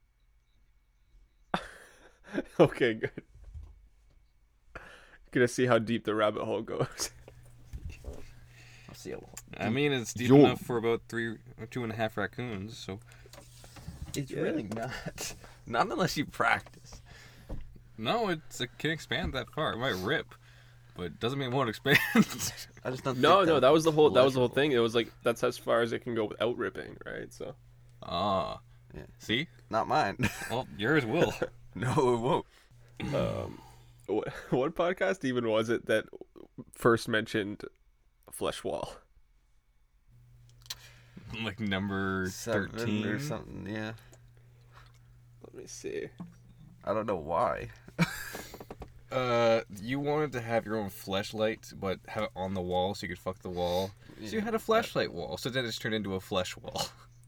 Okay, good. Gonna see how deep the rabbit hole goes. I'll see a lot. I mean, it's deep You'll- enough for about three or two and a half raccoons. So It's really not. Not unless you practice. no, it's, it can expand that far. It might rip, but doesn't mean it won't expand. I just don't. No, think no, that was the whole that was the whole legible. thing. It was like that's as far as it can go without ripping, right? So Ah, Yeah. see, Not mine. well, yours will. no, it won't. what, what podcast even was it that first mentioned flesh wall? like number Seven thirteen or something. Yeah. Let me see. I don't know why. Uh, you wanted to have your own flashlight, but have it on the wall so you could fuck the wall. so you Yeah, had a flashlight wall. So then it's turned into a flesh wall,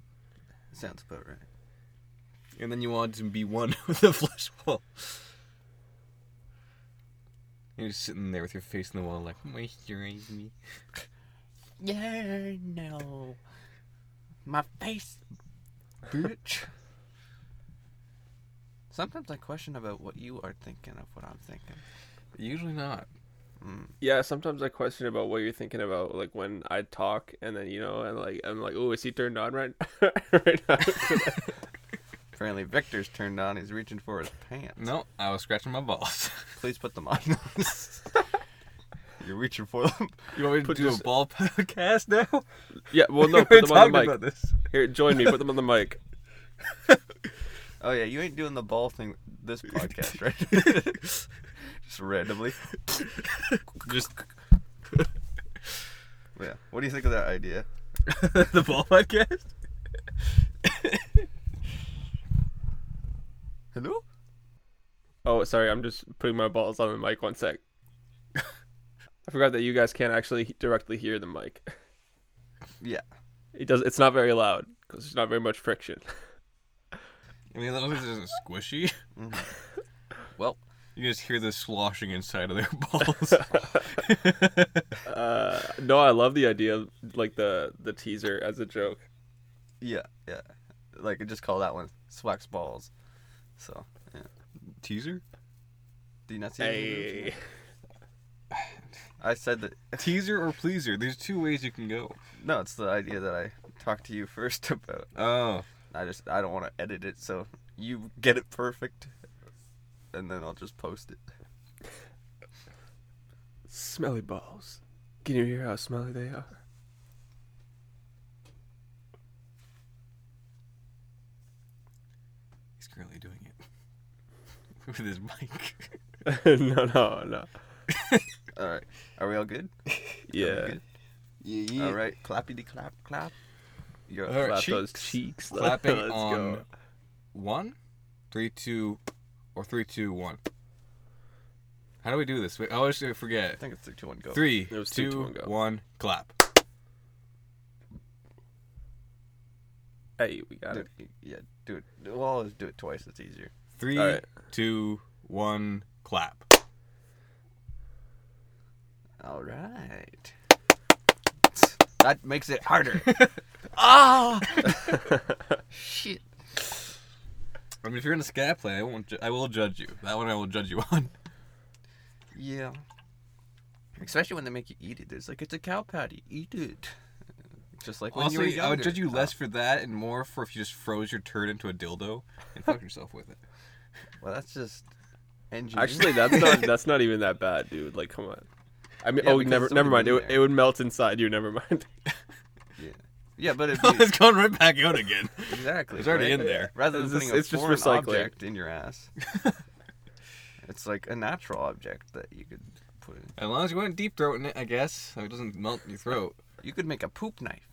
Sounds about right. and then you wanted to be one with the flesh wall. You're just sitting there with your face in the wall, like moisturize me. Yeah, no. My face, bitch. Sometimes I question about what you are thinking of what I'm thinking. Usually not. Yeah, sometimes I question about what you're thinking about, like when I talk and then you know, and like I'm like, oh, is he turned on right, right now? Apparently, Victor's turned on. He's reaching for his pants. No, I was scratching my balls. Please put them on. You're reaching for them. you want me to Put do this- a ball podcast now? yeah, well, no, We're put them on the talking about mic. this. Here, join me. Put them on the mic. Oh yeah, you ain't doing the ball thing this podcast, right? Just randomly. Just Yeah. What do you think of that idea? the ball podcast. Hello. Oh, sorry, I'm just putting my balls on the mic. One sec. I forgot that you guys can't actually he- directly hear the mic. Yeah. It does. It's not very loud because there's not very much friction. I mean, as long as it isn't squishy. Well, You just hear the sloshing inside of their balls. Uh, no, I love the idea of like the the teaser as a joke. yeah, yeah. Like I just call that one Swax balls. So, yeah. Teaser? do you not see? anything? Hey, I said that. Teaser or pleaser? There's two ways you can go. No, it's the idea that I talked to you first about. Oh. I just I don't want to edit it, so you get it perfect, and then I'll just post it. smelly balls. Can you hear how smelly they are? He's currently doing it. With his mic. no, no, no. All right, are we all good? Yeah, good? All right, clappy de clap clap. You're All right, clap cheeks. those cheeks. Clapping Let's on go. one, three, two, or three, two, one. How do we do this? Wait, I always I forget. think it's three, two, one, go. Three, It was two, two, two, one, one, go. clap. Hey, we got Do it. it, yeah, do it. We'll always do it twice. It's easier. Three, two, one, Alright. clap. All right. That makes it harder. Ah! Shit. I mean, if you're in a scat play, I won't. Ju- I will judge you. That one I will judge you on. Yeah. Especially when they make you eat it. There's like it's a cow patty. Eat it. Just like when you Also, were I would younger. Oh, judge you Oh. less for that and more for if you just froze your turd into a dildo and fucked yourself with it. Well, that's just engineering. Actually, that's not that's not even that bad, dude. Like, come on. I mean, Yeah, oh, because never it's never mind. It, already in would- there. it would melt inside you. Never mind. yeah, yeah, but if Oh, you, it's going right back out again. exactly, It's already right? in there. Rather than It's just- putting a it's just foreign recycling. object in your ass, it's like a natural object that you could put in. As long as you went deep throating it, I guess. So it doesn't melt in your throat. You could make a poop knife,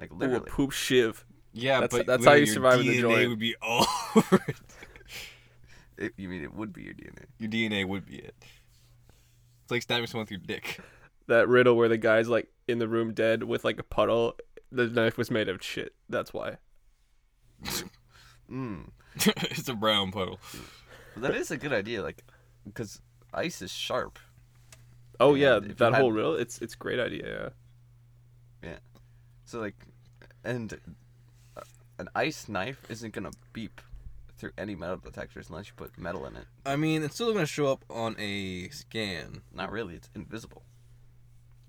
like Ooh, a literally. poop shiv. Yeah, That's- but that's how you literally your survive in the DNA joint. would be all over it. It- you mean it would be your DNA? Your DNA would be it. It's like stabbing someone with your dick. That riddle where the guy's like in the room dead with like a puddle. The knife was made of shit. That's why. Mm. it's a brown puddle. But that is a good idea, like because ice is sharp. Oh Yeah, yeah, if you that had- whole riddle. It's it's a great idea. So like, and uh, an ice knife isn't gonna beep through any metal detectors unless you put metal in it. I mean, it's still gonna show up on a scan, Not really. It's invisible.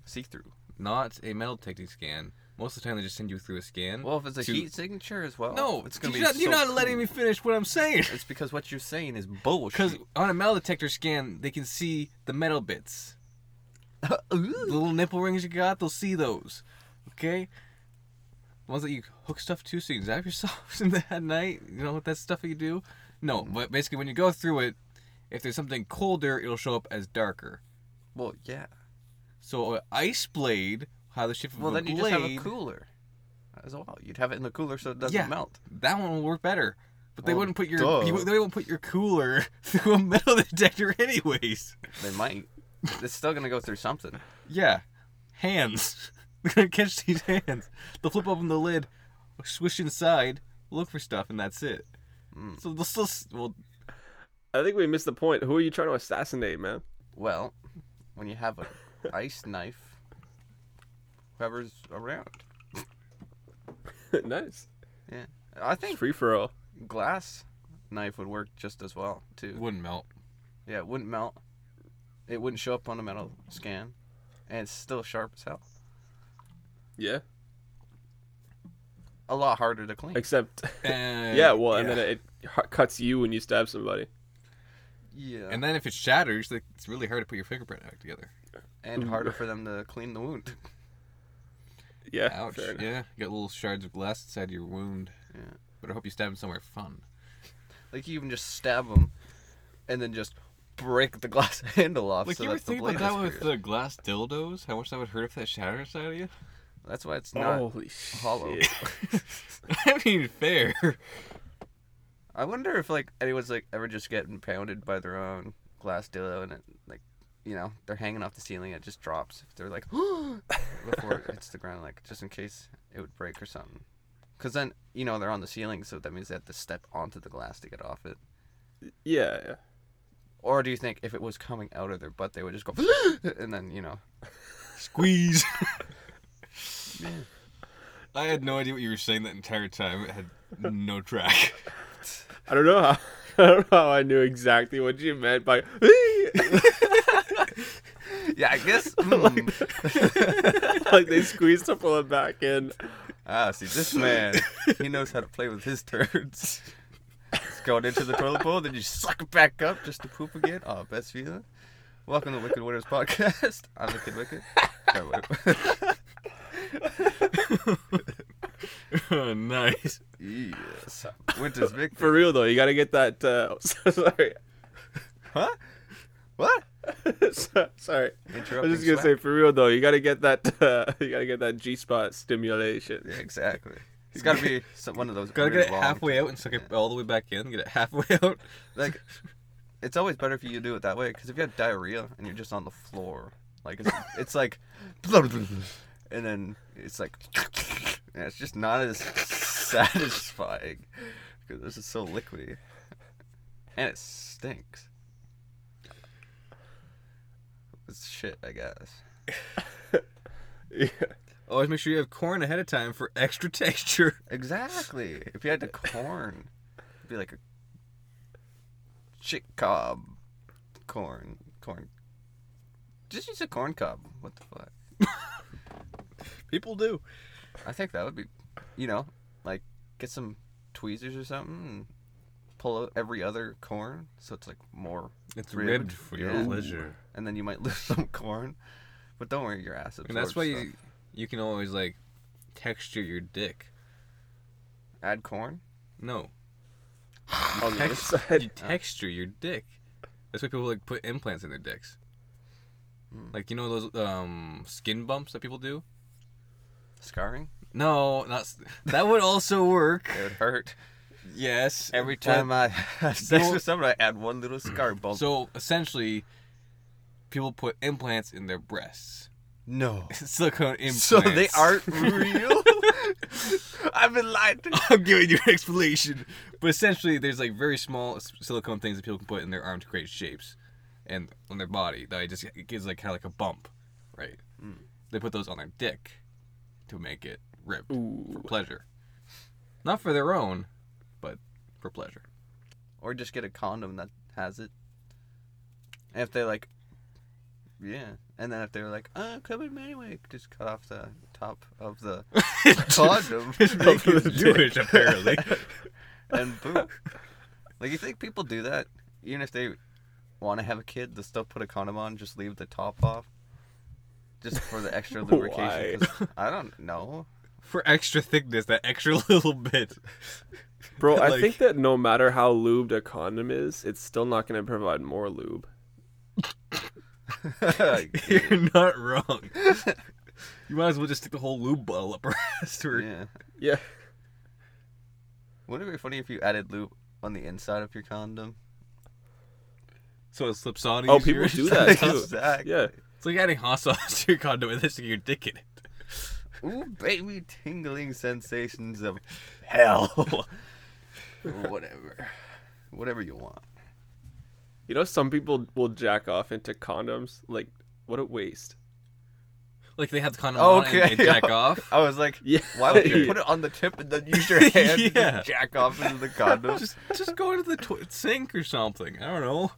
See through. not a metal detecting scan. Most of the time, they just send you through a scan. Well, if it's a To- heat signature as well. no, it's gonna you're be. not, you're so not letting cool. me finish what I'm saying. It's because what you're saying is Because bullshit. on a metal detector scan, they can see the metal bits. The little nipple rings you got, they'll see those. Okay? The ones that you hook stuff to so you can zap yourself in the at night. You know what that stuff that you do? No, Mm-hmm. but basically when you go through it, if there's something colder, it'll show up as darker. well, yeah. So an ice blade, how the shape of Well, a then you blade, just have a cooler as well. You'd have it in the cooler so it doesn't Yeah. melt. that one will work better. But they Well, wouldn't put your duh. you, they won't put your cooler through a metal detector anyways. They might. it's still gonna go through something. Yeah, hands. They're gonna catch these hands. They'll flip open the lid, swish inside, look for stuff, and that's it. Mm. So they'll still. s- Well, I think we missed the point. Who are you trying to assassinate, man? Well, when you have an ice knife, whoever's around. nice. I It's think free for all. glass knife would work just as well it too. wouldn't melt. Yeah, it wouldn't melt. It wouldn't show up on a metal scan, and it's still sharp as hell. Yeah. A lot harder to clean. Except, And, yeah. Well, and yeah. then it hu- cuts you when you stab somebody. yeah, And and, then if it shatters, like, it's really hard to put your fingerprint back together. harder for them to clean the wound. Yeah. Ouch. fair enough. Yeah, you got little shards of glass inside your wound. Yeah. But I hope you stab him somewhere fun. Like you even just stab them, and then just break the glass handle off. Like so you ever that the think blade about that is with free. the glass dildos? How much that would hurt if that shattered inside of you? That's why it's not Holy Oh, shit. hollow. I mean, fair. I wonder if like anyone's like ever just getting pounded by their own glass dildo and it like you know they're hanging off the ceiling it just drops if they're like before it hits the ground like just in case it would break or something because then you know they're on the ceiling so that means they have to step onto the glass to get off it Yeah. yeah. or do you think if it was coming out of their butt they would just go and then you know Squeeze. I had no idea what you were saying that entire time. It had no track. I don't know how. I don't know how I knew exactly what you meant by. yeah I guess mm. like they squeezed to pull it back in. ah see this man he knows how to play with his turds. It's going into the toilet bowl, then you suck it back up just to poop again. Oh, best feeling. Welcome to Wicked Winners Podcast. I'm the Kid Wicked. No, wait. nice. yes. Winter's Vic. For real though, you gotta get that. Uh, sorry, Huh? What? So- sorry. I Interrupting was just gonna say, sweat. for real though, you gotta get that. Uh, you gotta get that G spot stimulation. Yeah, exactly. It's got to be some, one of those. Gotta weird get it long- halfway out and suck it all the way back in. Get it halfway out. Like, it's always better if you do it that way, because if you have diarrhea and you're just on the floor, like, it's, it's like. And then it's like. And it's just not as satisfying, because this is so liquidy. And it stinks. It's shit, I guess. Yeah. Always make sure you have corn ahead of time for extra texture. Exactly. If you had to corn, it'd be like a chick cob corn corn. Just use a corn cob. What the fuck? People do. I think that would be, you know, like get some tweezers or something and pull out every other corn so it's like more, It's Ribbed. ribbed for your Yeah. pleasure. and then you might lose some corn. But don't worry, your ass absorbs. And that's why stuff. you, you can always like texture your dick. add corn. No, On the text- inside. you texture your dick. That's why people like put implants in their dicks. Mm. Like you know those um skin bumps that people do. Scarring? No, not s- that would also work. It would hurt. yes, Every but- time I have sex with someone, I add one little scar bump. So essentially, people put implants in their breasts. no. Silicone implants. So they aren't real? I've been lied to. I'm giving you an explanation, but essentially, there's like very small s- silicone things that people can put in their arm to create shapes, and on their body that it just it gives like kind of like a bump, right? Mm. They put those on their dick to make it ripped for Ooh. pleasure, not for their own, but for pleasure. or just get a condom that has it. And if they like, yeah, and then if they're like, "Uh, come in anyway," just cut off the top of the Condom. His dick Of the is Jewish, apparently. and boom. like you think people do that, even if they want to have a kid, they still put a condom on, just leave the top off, just for the extra lubrication. 'cause I don't know. For extra thickness, that extra little bit. Bro, I Like- think that no matter how lubed a condom is, it's still not going to provide more lube. You're not wrong. You might as well just stick the whole lube bottle up her ass to her. yeah. Yeah. Wouldn't it be funny if you added lube on the inside of your condom? so it slips on Oh, easier. people do that too. exactly. Yeah. It's like adding hot sauce to your condom and then sticking your dick in it. Ooh, baby, tingling sensations of hell. Whatever. Whatever you want. You know, some people will jack off into condoms. Like, what a waste. Like they have the condom on and they jack off. I was like, Yeah. why would you put it on the tip and then use your hand to Yeah. just jack off into the condom? Just, just go into the tw- sink or something. I don't know.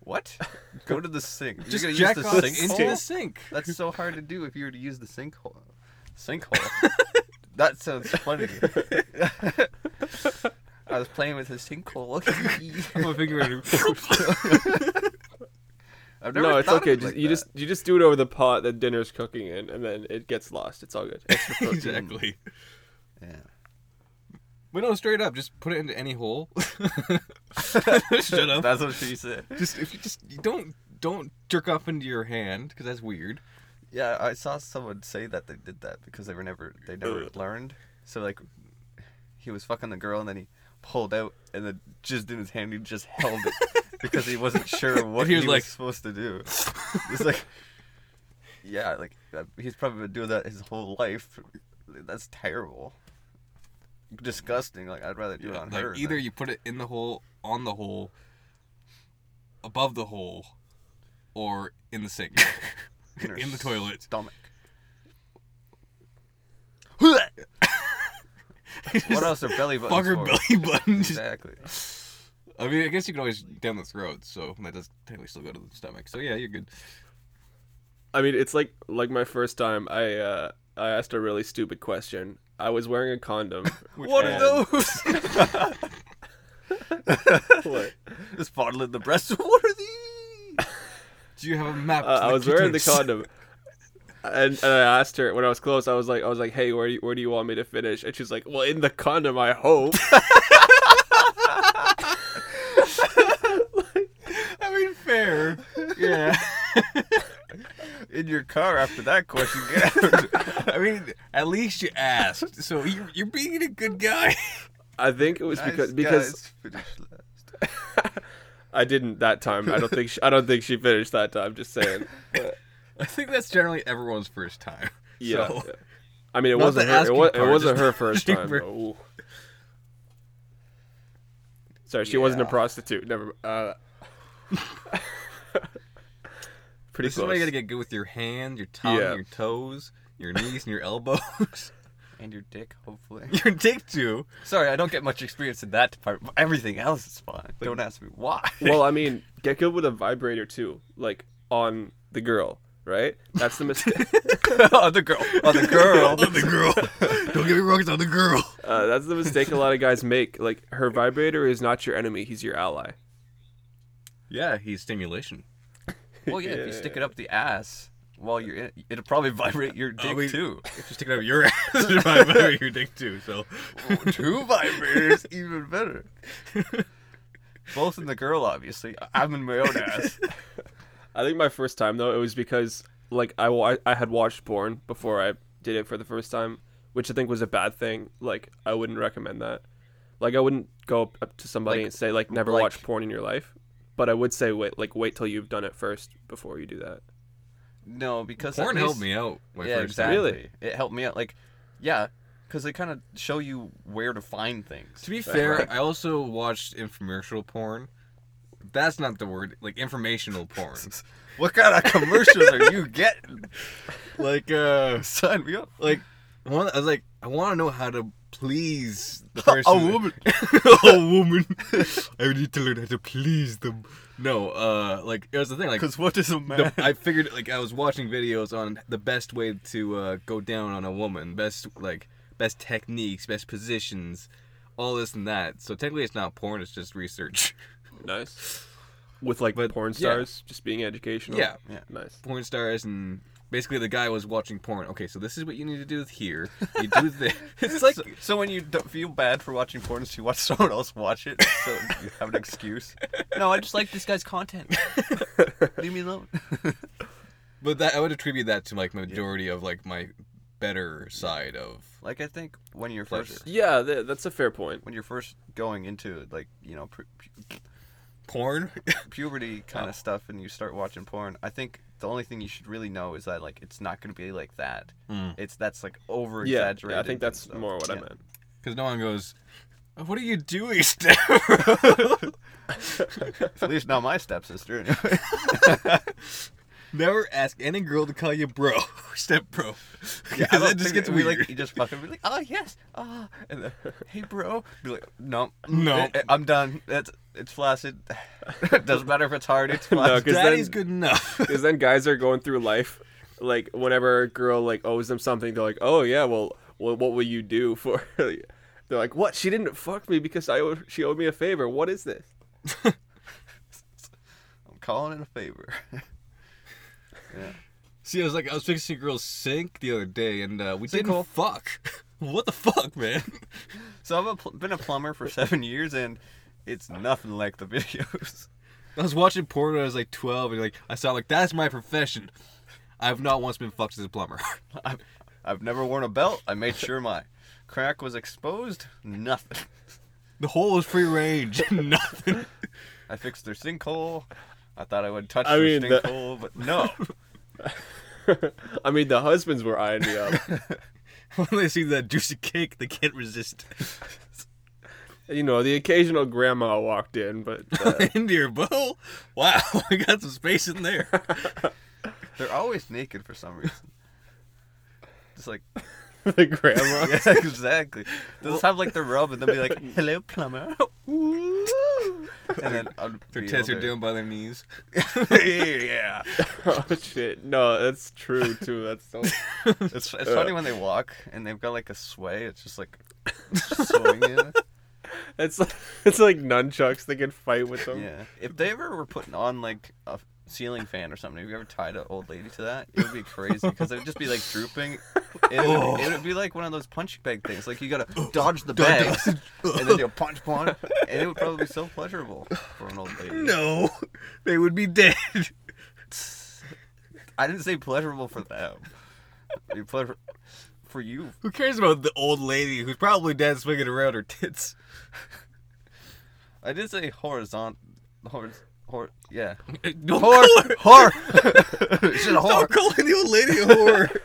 what? Go to the sink. Just You're gonna jack use off the into sinkhole? the sink. Oh. That's so hard to do if you were to use the sinkhole. Sinkhole. that sounds funny. I was playing with a sinkhole. Put my finger in I've never No, it's thought of okay. it Just, like you that. just you just do it over the pot that dinner's cooking in, and then it gets lost. It's all good. Extra protein. exactly. Yeah. But no, straight up, just put it into any hole. Shut up. That's what she said. just if you just you don't don't jerk off into your hand because that's weird. Yeah, I saw someone say that they did that because they were never they never Ugh. learned. So like, he was fucking the girl and then he pulled out and then jizzed in his hand. He just held it because he wasn't sure what He he was was, like- supposed to do. It's like, yeah, like uh, he's probably been doing that his whole life. That's terrible, disgusting. Like I'd rather do it on like her. either than- you put it in the hole, on the hole, above the hole, or in the sink, in her in the toilet. stomach. what What else are belly buttons Fuck her for? belly button. Just, Exactly. I mean, I guess you can always down the throat, so that does technically still go to the stomach. So yeah, you're good. I mean, it's like like my first time. I uh, I asked a really stupid question. I was wearing a condom. What are those? What? Just fondling the breasts. What are these? Do you have a map? uh, to I was wearing the clitoris? condom, and, and I asked her when I was close. I was like, I was like, hey, where do you, where do you want me to finish? And she's like, well, in the condom, I hope. I mean, fair. Yeah. in your car after that question. Get out. I mean, at least you asked. So you're, you're being a good guy. I think it was because because I didn't that time. I don't think she, I don't think she finished that time. Just saying. But, I think that's generally everyone's first time. yeah. So, I mean, it Not wasn't the her. It, asking was, it part, wasn't just her the first asking time. part. though. Ooh. Sorry, she wasn't a Yeah. prostitute. Never. Uh, pretty this is close. why you gotta get good with your hand, your tongue, Yeah. your toes, your knees, and your elbows. and your dick, hopefully. your dick too. Sorry, I don't get much experience in that part. But everything else is fine. Don't ask me why. well, I mean, get good with a vibrator too, like on the girl, right? That's the mistake. on the girl. On Oh, the girl. On the girl. Don't get me wrong, it's on the girl. uh, that's the mistake a lot of guys make. Like, her vibrator is not your enemy; he's your ally. Yeah, he's stimulation. well, yeah, if you stick it up the ass while you're in it, it'll probably vibrate your dick mean- too. If you stick it up your ass, it might vibrate your dick too. So, Two vibrators, even better. Both in the girl, obviously. I'm in my own ass. I think my first time though, it was because like I wa- I had watched porn before I did it for the first time, which I think was a bad thing. Like I wouldn't recommend that. Like I wouldn't go up- up to somebody Like- and say like never like- watch porn in your life, but I would say wait like wait till you've done it first before you do that. No, because at porn helped least- me out my yeah, first exactly. time. Really? It helped me out. Like, yeah, because they kind of show you where to find things. To be fair, I also watched infomercial porn. That's not the word, like informational porn. what kind of commercials are you getting? like, uh, Sign me up. like one, I was like, I want to know how to please the person. woman. a woman. I need to learn how to please them. No, uh, like it was the thing. Like Because what does a man? the, I figured like I was watching videos on the best way to uh, go down on a woman, best like best techniques, best positions, all this and that. So technically, it's not porn; it's just research. Nice. With like But, porn yeah. stars just being educational. Yeah. Yeah. Nice. porn stars and basically the guy was watching porn. Okay, so this is what you need to do here. You do this. It's like so, so when you don't feel bad for watching porn, so you watch someone else watch it, so you have an excuse. No, I just like this guy's content. Leave me alone. But that I would attribute that to like majority of like my better side of Like I think when you're Pleasure. first Yeah, th- that's a fair point. when you're first going into like you know pu- pu- porn. puberty kind of stuff, and you start watching porn, I think the only thing you should really know is that like it's not going to be like that. Mm. It's that's like over Yeah, exaggerated. yeah, I think that's more what I meant. Because no one goes, "Oh, "What are you doing, Steph?" At least not my stepsister. Anyway. Never ask any girl to call you bro, step bro, because I don't that just think gets we weird. Like, you just fucking be like, oh yes, ah, and then, hey bro, be like, no, No. eh, eh, I'm done. That's it's flaccid. it doesn't matter if it's hard. It's flaccid. 'cause Daddy's then- good enough. Because then guys are going through life, like whenever a girl like owes them something, they're like, "Oh yeah, well, well what will you do for?" They're like, "What? She didn't fuck me because I owe- she owed me a favor. What is this?" I'm calling in a favor. yeah. See, I was like, I was fixing a girl's sink the other day, and uh, we Sink didn't hole. fuck. What the fuck, man? So I've a pl- been a plumber for seven years, and it's nothing like the videos. I was watching porn when I was like 12, and like I saw like that's my profession. I have not once been fucked as a plumber. I've, I've never worn a belt. I made sure my crack was exposed. Nothing. The hole was free range. Nothing. I fixed their sinkhole. I thought I would touch I their mean, the- sinkhole, but no. I mean, the husbands were eyeing me up. when they see that juicy cake, they can't resist. you know, the occasional grandma walked in, but uh, Into your bowl? Wow, I got some space in there. They're always naked for some reason. Just like the grandma. yeah, exactly. They'll just have like the rub and they'll be like, "Hello, plumber," Ooh. and then I'll Their be tits are older. down by their knees. yeah, oh shit! No, that's true too. That's so. it's, it's funny when they walk and they've got like a sway. It's just like swinging. It's like it's like nunchucks. They can fight with them. Yeah. If they ever were putting on like a ceiling fan or something, if you ever tied an old lady to that, it would be crazy because it would just be like drooping. It would, it would be like one of those punching bag things. Like you gotta dodge the bags and then you punch punch, and it would probably be so pleasurable for an old lady. No, they would be dead. I didn't say pleasurable for them. It'd be pleasur- for you. Who cares about the old lady who's probably dead swinging around her tits? I did say horizontal. Hor- hor- yeah. Don't Whore! call her. Whore! Shit, Stop whore. calling the old lady a whore.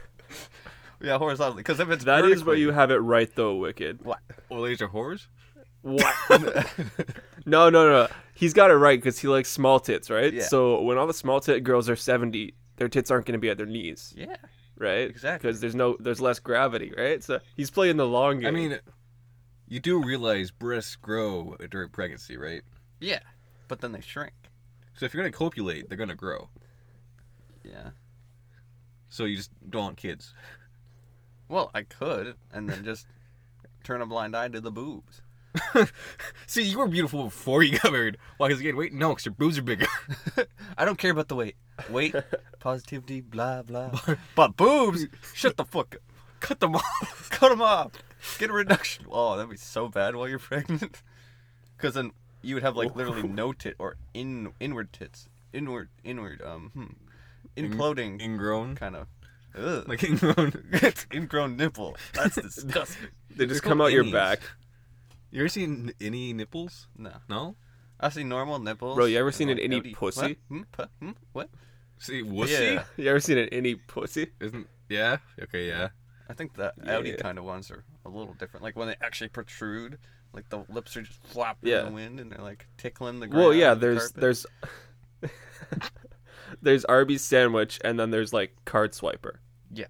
Yeah, horizontally. Because if it's That is where vertically- you have it right though, Wicked. What? old ladies are whores? What? no, no, no. He's got it right because he likes small tits, right? Yeah. So when all the small tit girls are seventy, their tits aren't going to be at their knees, Yeah. right? Exactly. Because there's no, there's less gravity, right? So he's playing the long game. I mean, you do realize breasts grow during pregnancy, right? Yeah. But then they shrink. So if you're gonna copulate, they're gonna grow. Yeah. So you just don't want kids. Well, I could, and then just turn a blind eye to the boobs. See, you were beautiful before you got married. Why? Because you gained weight? No, because your boobs are bigger. I don't care about the weight. Weight, positivity, blah, blah. But boobs? Shut the fuck up. Cut them off. Cut them off. Get a reduction. Oh, that'd be so bad while you're pregnant. Because then you would have like literally no tit or in inward tits, inward inward um hmm. imploding Ingrown. kind of. Ugh. Like ingrown. ingrown nipple. That's disgusting. they just they're come out called your innies. back, You ever seen any nipples? no, No. I see normal nipples. bro. You ever and, seen an like, any outie- What? pussy? Hmm? Pu- hmm? what? See, wussy. Yeah. You ever seen an any pussy? Isn't yeah? Okay, yeah. I think the Yeah. Audi kind of ones are a little different. Like when they actually protrude, like the lips are just flapping in Yeah. the wind and they're like tickling the ground. Well, yeah. and the There's carpet. there's there's Arby's sandwich, and then there's like card swiper. yeah.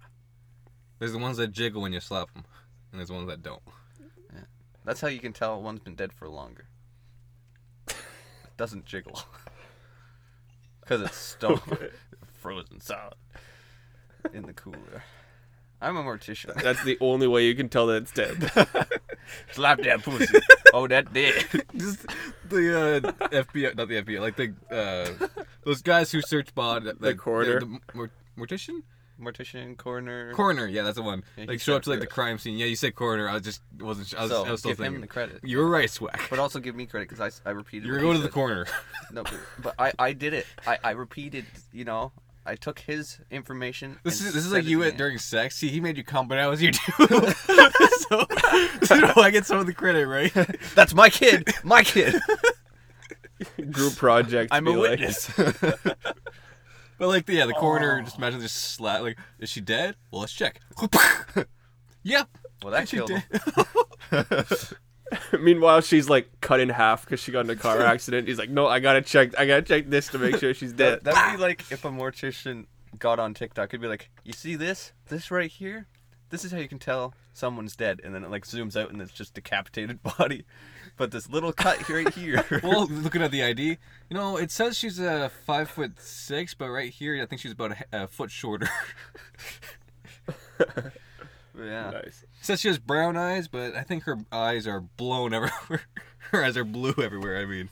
There's the ones that jiggle when you slap them, and there's the ones that don't. That's how you can tell one's been dead for longer. it doesn't jiggle. Because it's stone frozen solid in the cooler. I'm a mortician. That's the only way you can tell that it's dead. Slap that pussy. oh, that did. Just the uh, FBI, not the FBI, like the uh, those guys who search bod, the, coroner? the, mor- mortician, Mortician, coroner. coroner. Yeah, that's the one. Yeah, he like show up said to like the coroner. crime scene. Yeah, you said coroner. I just wasn't. I was, so I was still give him thinking. the credit. You were right, Swag. But also give me credit because I, I repeated. You're what going he to the said. coroner. No, but, but I, I did it. I, I repeated. You know, I took his information. This and is this is said like it you again. at, during sex. See, he made you come, but I was you too. so, so I get some of the credit, right? That's my kid. My kid. Group project. I'm be a like- witness. But like, yeah, the coroner. Just imagine just slap. Like, is she dead? Well, let's check. yep. well, that she killed him. dead. Meanwhile, she's like cut in half because she got in a car accident. He's like, no, I gotta check. I gotta check this to make sure she's dead. That, that would be like if a mortician got on TikTok. It'd be like, you see this? This right here? This is how you can tell someone's dead. And then it like zooms out and it's just decapitated body. But this little cut right here. Well, looking at the ID, you know, it says she's a uh, five foot six, but right here, I think she's about a, he- a foot shorter. yeah. nice. It says she has brown eyes, but I think her eyes are blown everywhere. her eyes are blue everywhere. I mean,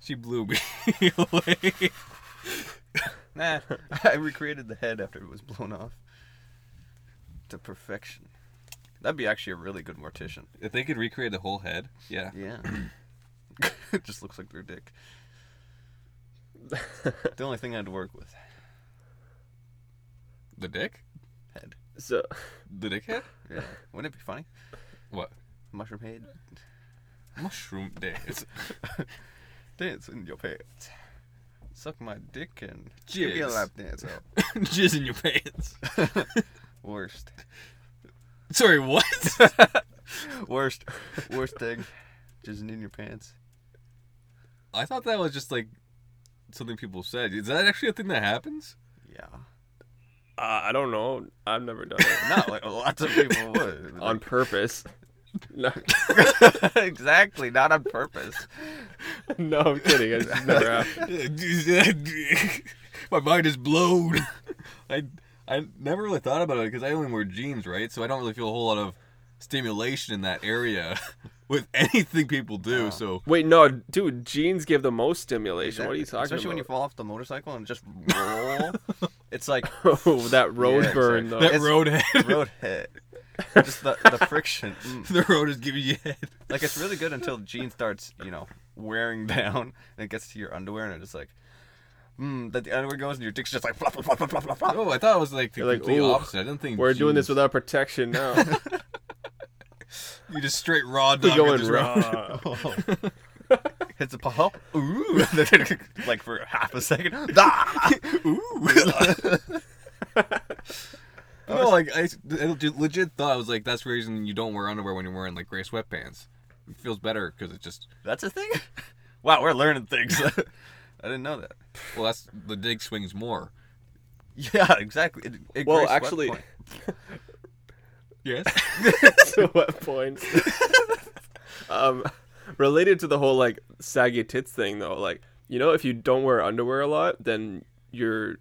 she blew me away. Nah, I recreated the head after it was blown off to perfection. That'd be actually a really good mortician. If they could recreate the whole head, yeah. Yeah. it just looks like their dick. the only thing I had to work with. The dick? Head. So, The dick head? Yeah. Wouldn't it be funny? What? Mushroom head. Mushroom dance. Dance in your pants. Suck my dick and give me a Jizz. lap dance out. Jizz in your pants. Worst. Sorry, what? Worst. Worst thing. Jizzing in your pants. I thought that was just like something people said. Is that actually a thing that happens? Yeah. uh, I don't know. I've never done it Not like lots of people would. on purpose. No, exactly. Not on purpose. no, I'm kidding. It's just never happened. My mind is blown. I I never really thought about it because I only wear jeans, right? So I don't really feel a whole lot of stimulation in that area with anything people do. So Wait, no, dude. Jeans give the most stimulation. What are you talking Especially when you about? fall off the motorcycle and just roll. it's like oh, that road Yeah, burn exactly. though. that it's- road head, road hit. Just the, the friction. Mm. the road is giving you head. Like it's really good until the jean starts, you know, wearing down and it gets to your underwear and it's just like, mm, that the underwear goes and your dick's just like flop, flop, flop, flop, flop, flop, flop. Oh, I thought it was like the You're like, complete "Ooh, opposite. I didn't think We're doing this jeans- without protection now. you just straight raw dog. We're it going just raw. Hits a puddle. Ooh. like for half a second. Ah! No, like I, I legit- legit thought I was like that's the reason you don't wear underwear when you're wearing like gray sweatpants. It feels better because it just That's a thing? Wow, we're learning things. I didn't know that. well that's the dig swings more. Yeah, exactly. It, it well, grates wet actually, point. Yes. that's a wet point. um, related to the whole like saggy tits thing though, like you know, if you don't wear underwear a lot, then your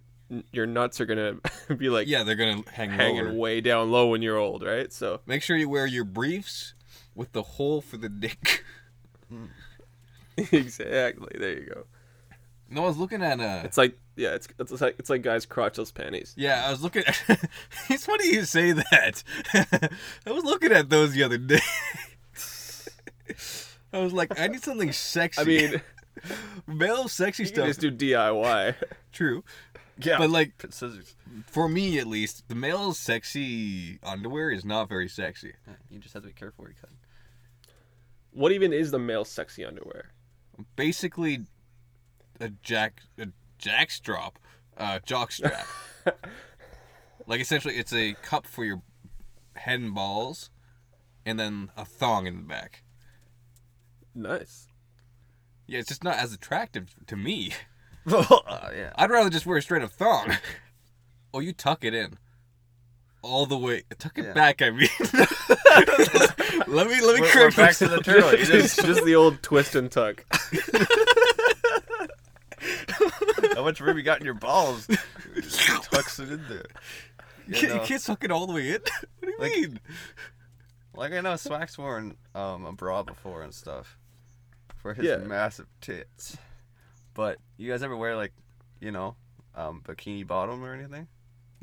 your nuts are gonna be like yeah, they're gonna hang hanging lower. way down low when you're old, right? So Make sure you wear your briefs with the hole for the dick. exactly, there you go. No, I was looking at uh. It's like yeah, it's it's like it's like guys crotchless panties. Yeah, I was looking. it's funny you say that. I was looking at those the other day. I was like, I need something sexy. I mean, male sexy you can stuff. just do DIY. True. yeah. But like, Put scissors. for me at least, the male sexy underwear is not very sexy. You just have to be careful where you cut. What even is the male sexy underwear? Basically, a jack a jackstrap, uh, jockstrap. like essentially, it's a cup for your head and balls, and then a thong in the back. Nice. Yeah, it's just not as attractive to me. oh, yeah. I'd rather just wear a straight up thong. oh, you tuck it in. all the way. Tuck it Yeah. back. I mean, let me let me We're- we're correct back to myself. the turtle. You just, just- just the old twist and tuck. How much room you got in your balls? Just tucks it in there. Yeah, You can't, you no. can't suck it all the way in. What do you Like- mean? Like I know Swack's worn um, a bra before and stuff for his Yeah. massive tits. But you guys ever wear like, you know, um, bikini bottom or anything?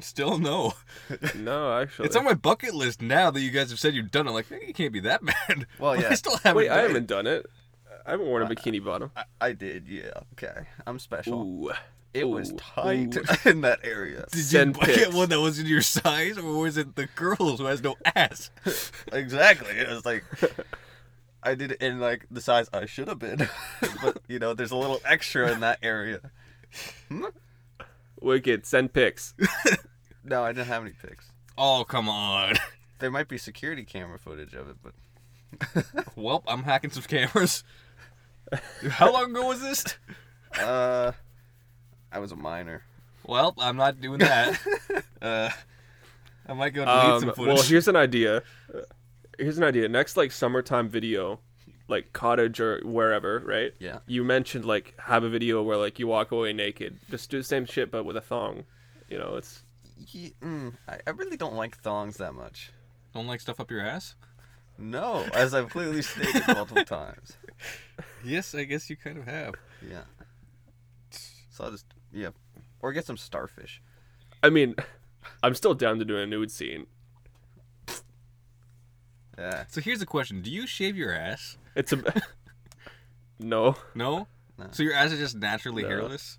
Still no. No, actually. It's on my bucket list now that you guys have said you've done. it. I'm like, "Eh, you can't be that bad. Well, But I yeah. still haven't. Wait, I done it. haven't done it. I haven't worn a bikini bottom. I, I did, yeah. Okay, I'm special. Ooh. it was ooh, tight ooh. in that area. Did Send you bucket pics. one that wasn't your size, or was it the girls who has no ass? exactly. It was like I did it in like the size I should have been, but you know, there's a little extra in that area. Wicked. Send pics. No, I didn't have any pics. Oh come on. There might be security camera footage of it, but Welp, I'm hacking some cameras. How long ago was this? uh, I was a minor. Well, I'm not doing that. uh, I might go delete some Um, footage. well, here's an idea. Uh, Here's an idea. Next, like summertime video, like cottage or wherever, right? Yeah. You mentioned like have a video where like you walk away naked. Just do the same shit but with a thong. You know, it's Ye- mm, I, I really don't like thongs that much. Don't like stuff up your ass? No, as I've clearly stated multiple times. Yes, I guess you kind of have. Yeah. So I'll just yeah, or get some starfish. I mean, I'm still down to doing a nude scene. Yeah. So here's the question: Do you shave your ass? It's a No. No. No. So your ass is just naturally No. hairless.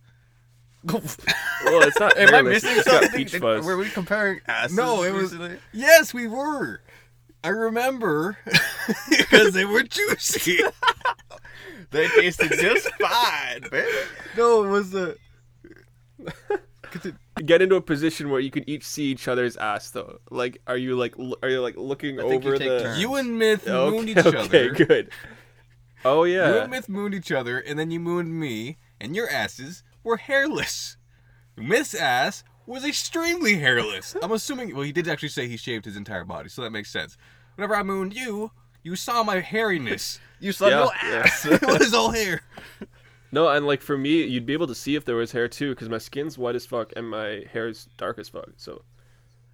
Well, it's not Am I hairless, missing it's got something? peach Did- fuzz. Were we comparing asses? No, it was- recently? Yes, we were. I remember because they were juicy. They tasted just fine, baby. no, it was the. Get into a position where you can each see each other's ass though. Like are you like l- are you like looking I think you over take the turns. You and Myth Okay, mooned each okay, other. good. Oh You yeah. and Myth mooned each other, and then you mooned me, and your asses were hairless. Myth's ass was extremely hairless. I'm assuming. Well, he did actually say he shaved his entire body, so that makes sense. Whenever I mooned you, you saw my hairiness. You saw Yeah, no yeah. ass. it was all hair. No, and like for me, you'd be able to see if there was hair too, because my skin's white as fuck and my hair's dark as fuck. So,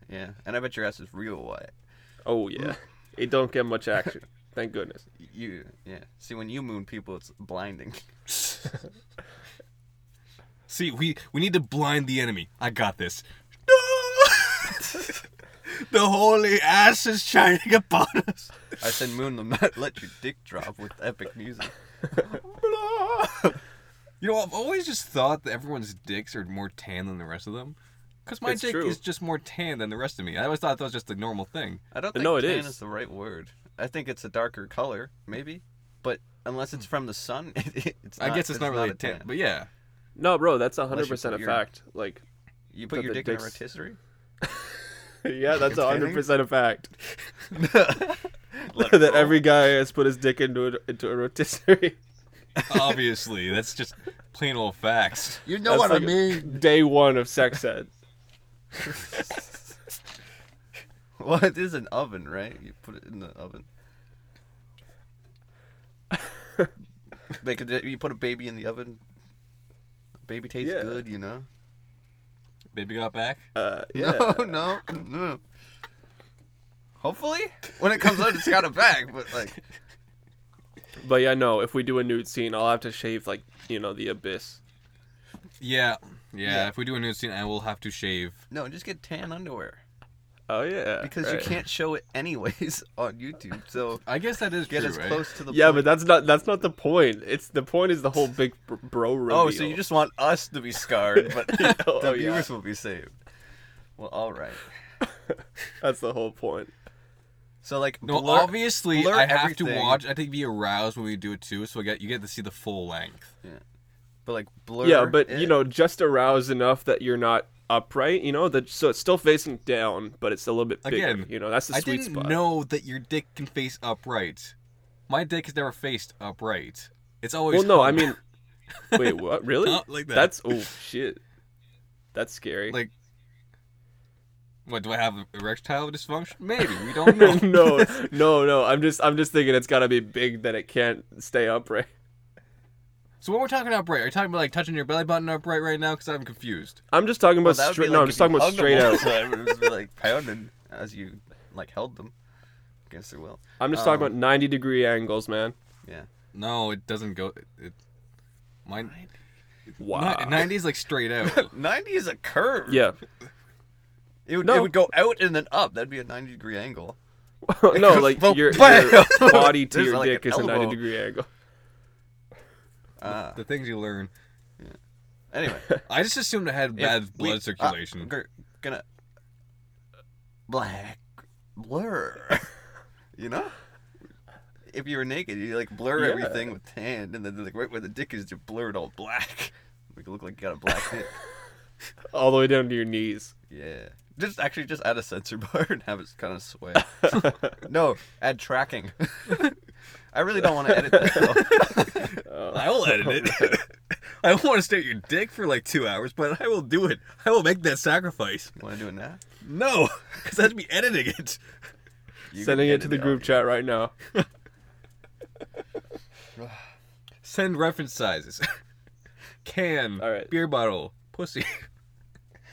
yeah, and I bet your ass is real white. oh Mm. yeah, it don't get much action. Thank goodness. You yeah. See, when you moon people, it's blinding. See, we we need to blind the enemy. I got this. the holy ass is shining upon us. I said moon them, not let your dick drop with epic music. You know, I've always just thought that everyone's dicks are more tan than the rest of them. Because my It's dick true. is just more tan than the rest of me. I always thought that was just a normal thing. I don't think No, it tan is. the right word. I think it's a darker color, maybe. But unless it's from the sun, it, it- Uh, it's not, I guess it's, not really a tan, but yeah. No, bro, that's hundred Unless you percent a put your- fact. Like, you But put your the dick in a dicks- rotisserie. yeah, that's hundred percent a fact Let it that roll. every guy has put his dick into a, into a rotisserie. Obviously, that's just plain old facts. you know That's what like I mean. Day one of sex ed. Well, it is an oven, right? You put it in the oven. they could, you put a baby in the oven. Baby tastes Yeah. good, you know. Baby got back. Uh, yeah. No, no, no. Hopefully, when it comes out, it's got a bag. But like, But yeah, no. If we do a nude scene, I'll have to shave like you know the abyss. Yeah, yeah. Yeah. If we do a nude scene, I will have to shave. no, just get tan underwear Oh yeah. because you right. can't show it anyways on YouTube. So I guess that is get true, as right? close to the Yeah, but point- that's not that's not the point. It's the point is the whole big br- bro reveal. oh, so you just want us to be scarred, but You know, the oh, yeah. viewers will be saved. Well, all right. That's the whole point. So like, No, blur- obviously, blur I have to everything. watch. I think be aroused when we do it too, so I get you get to see the full length. but like blur. yeah, but it. you know, just arouse enough that you're not upright. You know that so it's still facing down, but it's a little bit bigger. Again, you know, that's the I sweet didn't spot. know that your dick can face upright. My dick has never faced upright. It's always well, no, I hung. mean, wait, what? Really? Not like that. That's oh shit. That's scary. Like- What do I have erectile dysfunction? Maybe we don't know. no, no, no. I'm just I'm just thinking it's gotta be big that it can't stay upright. So when we're talking upright, are you talking about like touching your belly button upright right now? Because I'm confused. I'm just talking about Well, that would be straight. like no, I'm if just talking you about hugged straight them all out. the time and it was like pounding as you like held them against their will. I'm just talking Um, about 90 degree angles, man. Yeah. No, it doesn't go. It, it mine. Wow. Nineties like straight out. 90 is a curve. yeah. It would, it No. would go out and then up. That'd be a 90 degree angle. no, like Well, your, bam! your body to There's your like dick an is a 90 elbow. degree angle. Uh, the things you learn. anyway. I just assumed I had Yeah, bad we- blood circulation. Uh, we're gonna black blur. you know, if you were naked, you like blur Yeah. everything with the hand, and then like right where the dick is, you blur it all black. Make it look like you got a black dick. All the way down to your knees. Yeah. Just actually just add a sensor bar and have it kind of sway. Uh, no, add tracking. I really don't want to edit that though. I will edit it. I don't want to stare at your dick for like two hours, but I will do it. I will make that sacrifice. want to do it now? No, because that'd be editing it. You Sending can it to the edit group out. chat right now. Send reference sizes. Can. All right. Beer bottle. Pussy.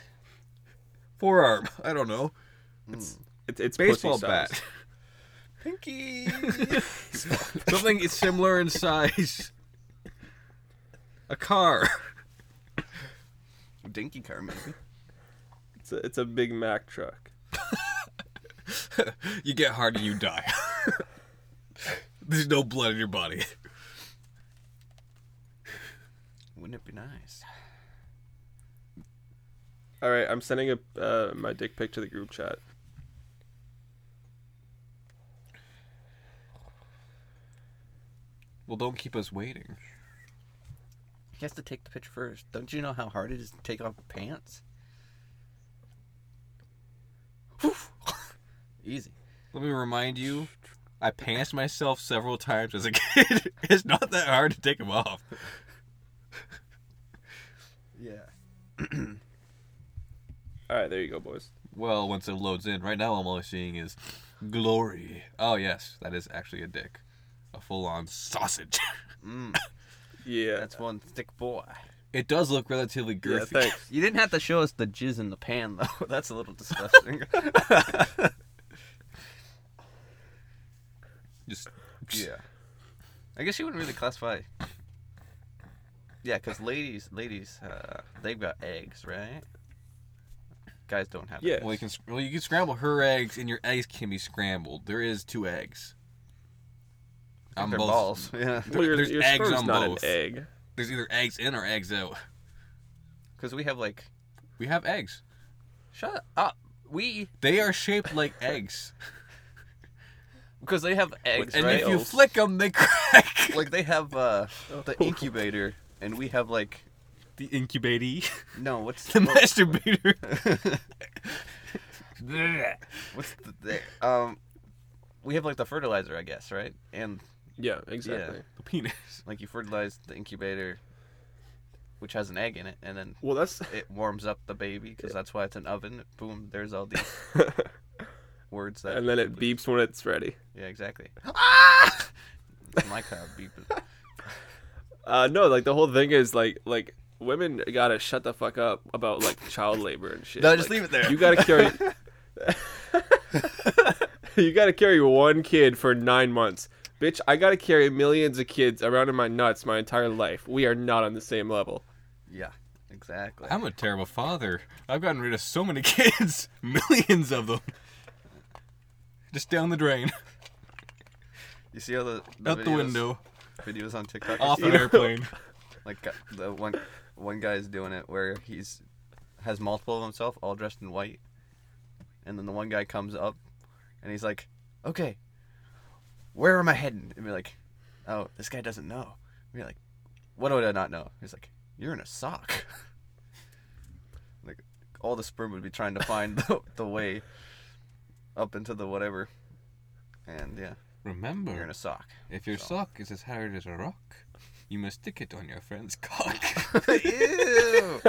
Forearm. I don't know. It's, it's pussy Baseball size. bat. Pinky. Something is similar in size. A car. Dinky car maybe. It's a, it's a Big Mac truck. You get hard and you die. There's no blood in your body. Wouldn't it be nice? All right, I'm sending a uh, my dick pic to the group chat. Well, don't keep us waiting. He has to take the picture first. Don't you know how hard it is to take off pants? Whew. Easy. Let me remind you, I pantsed myself several times as a kid. it's not that hard to take them off. Yeah. All right, there you go, boys. Well, once it loads in. Right now, I'm only seeing is glory. Oh yes, that is actually a dick, a full-on sausage. Yeah. That's one thick boy. it does look relatively yeah, girthy. thanks. You didn't have to show us the jizz in the pan though. That's a little disgusting. Just yeah. I guess you wouldn't really classify. Yeah, because ladies, ladies, uh, they've got eggs, right? Guys don't have. Yeah. Well, you can sc- well you can scramble her eggs, and your eggs can be scrambled. There is two eggs. on On their both- balls. Yeah. Well, your, there's your eggs sperm's on not both. an egg. There's either eggs in or eggs out. Because we have like. We have eggs. Shut up. We They are shaped like eggs, because they have eggs, and right? if you Eggs. flick them, they crack. like they have uh the incubator and we have like the incubatee, no what's the what- masturbator. what's the, the um we have like the fertilizer i guess right and Yeah, exactly. the penis. like you fertilize the incubator which has an egg in it and then Well, that's it warms up the baby because that's why it's an oven boom there's all these words that and then it Ah! beeps when it's ready. yeah exactly It's my cow beeping Uh, no, like the whole thing is like like women gotta shut the fuck up about like child labor and shit. No, just Like, leave it there. You gotta carry. you gotta carry one kid for nine months, bitch. I gotta carry millions of kids around in my nuts my entire life. We are not on the same level. yeah exactly I'm a terrible father. I've gotten rid of so many kids, millions of them, just down the drain, you see all the, the out the videos- window, videos on tiktok off You an know- airplane. like uh, the one one guy's doing it where he's has multiple of himself all dressed in white and then the one guy comes up and he's like okay where am i heading and be like oh this guy doesn't know and be like what would i not know he's like you're in a sock like all the sperm would be trying to find the, the way up into the whatever and yeah you're in Remember, a sock if your sock is as hard as a rock, you must stick it on your friend's cock. ew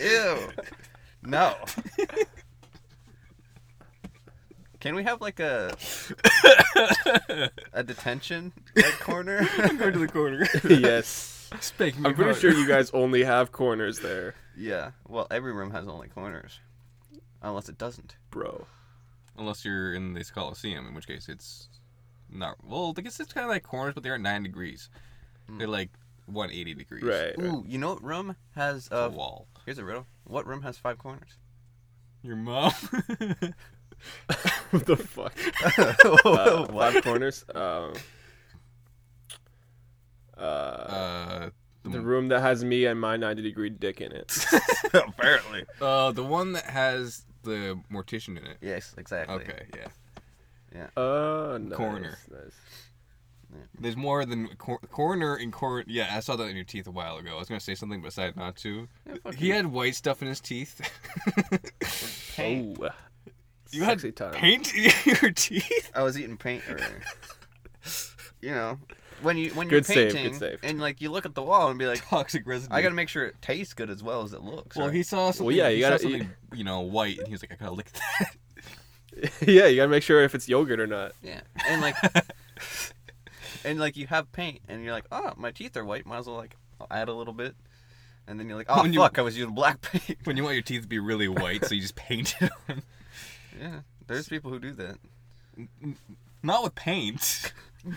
ew no Can we have like a a detention like, corner? Go to the corner. yes. Spank me I'm pretty hard. sure you guys only have corners there, yeah. Well, every room has only corners, unless it doesn't. bro. Unless you're in this Coliseum, in which case it's not. Well, I guess it's kind of like corners, but they aren't nine degrees. They're like 180 degrees. Right. right. Ooh, you know what room has It's a uh? wall. Here's a riddle. What room has five corners? Your mom. what the fuck? Uh, five corners. Um, uh, uh, the room that has me and my 90 degree dick in it. Apparently. uh, the one that has the mortician in it. Yes, exactly. Okay, yeah. Uh, nice, Corner. nice. There's more than cor- corner and corn. Yeah, I saw that in your teeth a while ago. I was gonna say something, but decided not to. fuck he you. had white stuff in his teeth. Paint. Oh, you had sexy time. paint in your teeth. I was eating paint earlier. you know, when you when you're Good save, good painting save. and like you look at the wall and be like, Toxic residue. I gotta make sure it tastes good as well as it looks. Well, right? he saw something. yeah, he you saw gotta- something, you know, white, and he was like, "I gotta lick that." yeah, you gotta make sure if it's yogurt or not. yeah, and like, and like you have paint and you're like, oh, my teeth are white. Might as well like add a little bit, and then you're like, oh When you- fuck, I was using black paint. When you want your teeth to be really white, so you just paint it on. yeah, there's people who do that. Not with paint.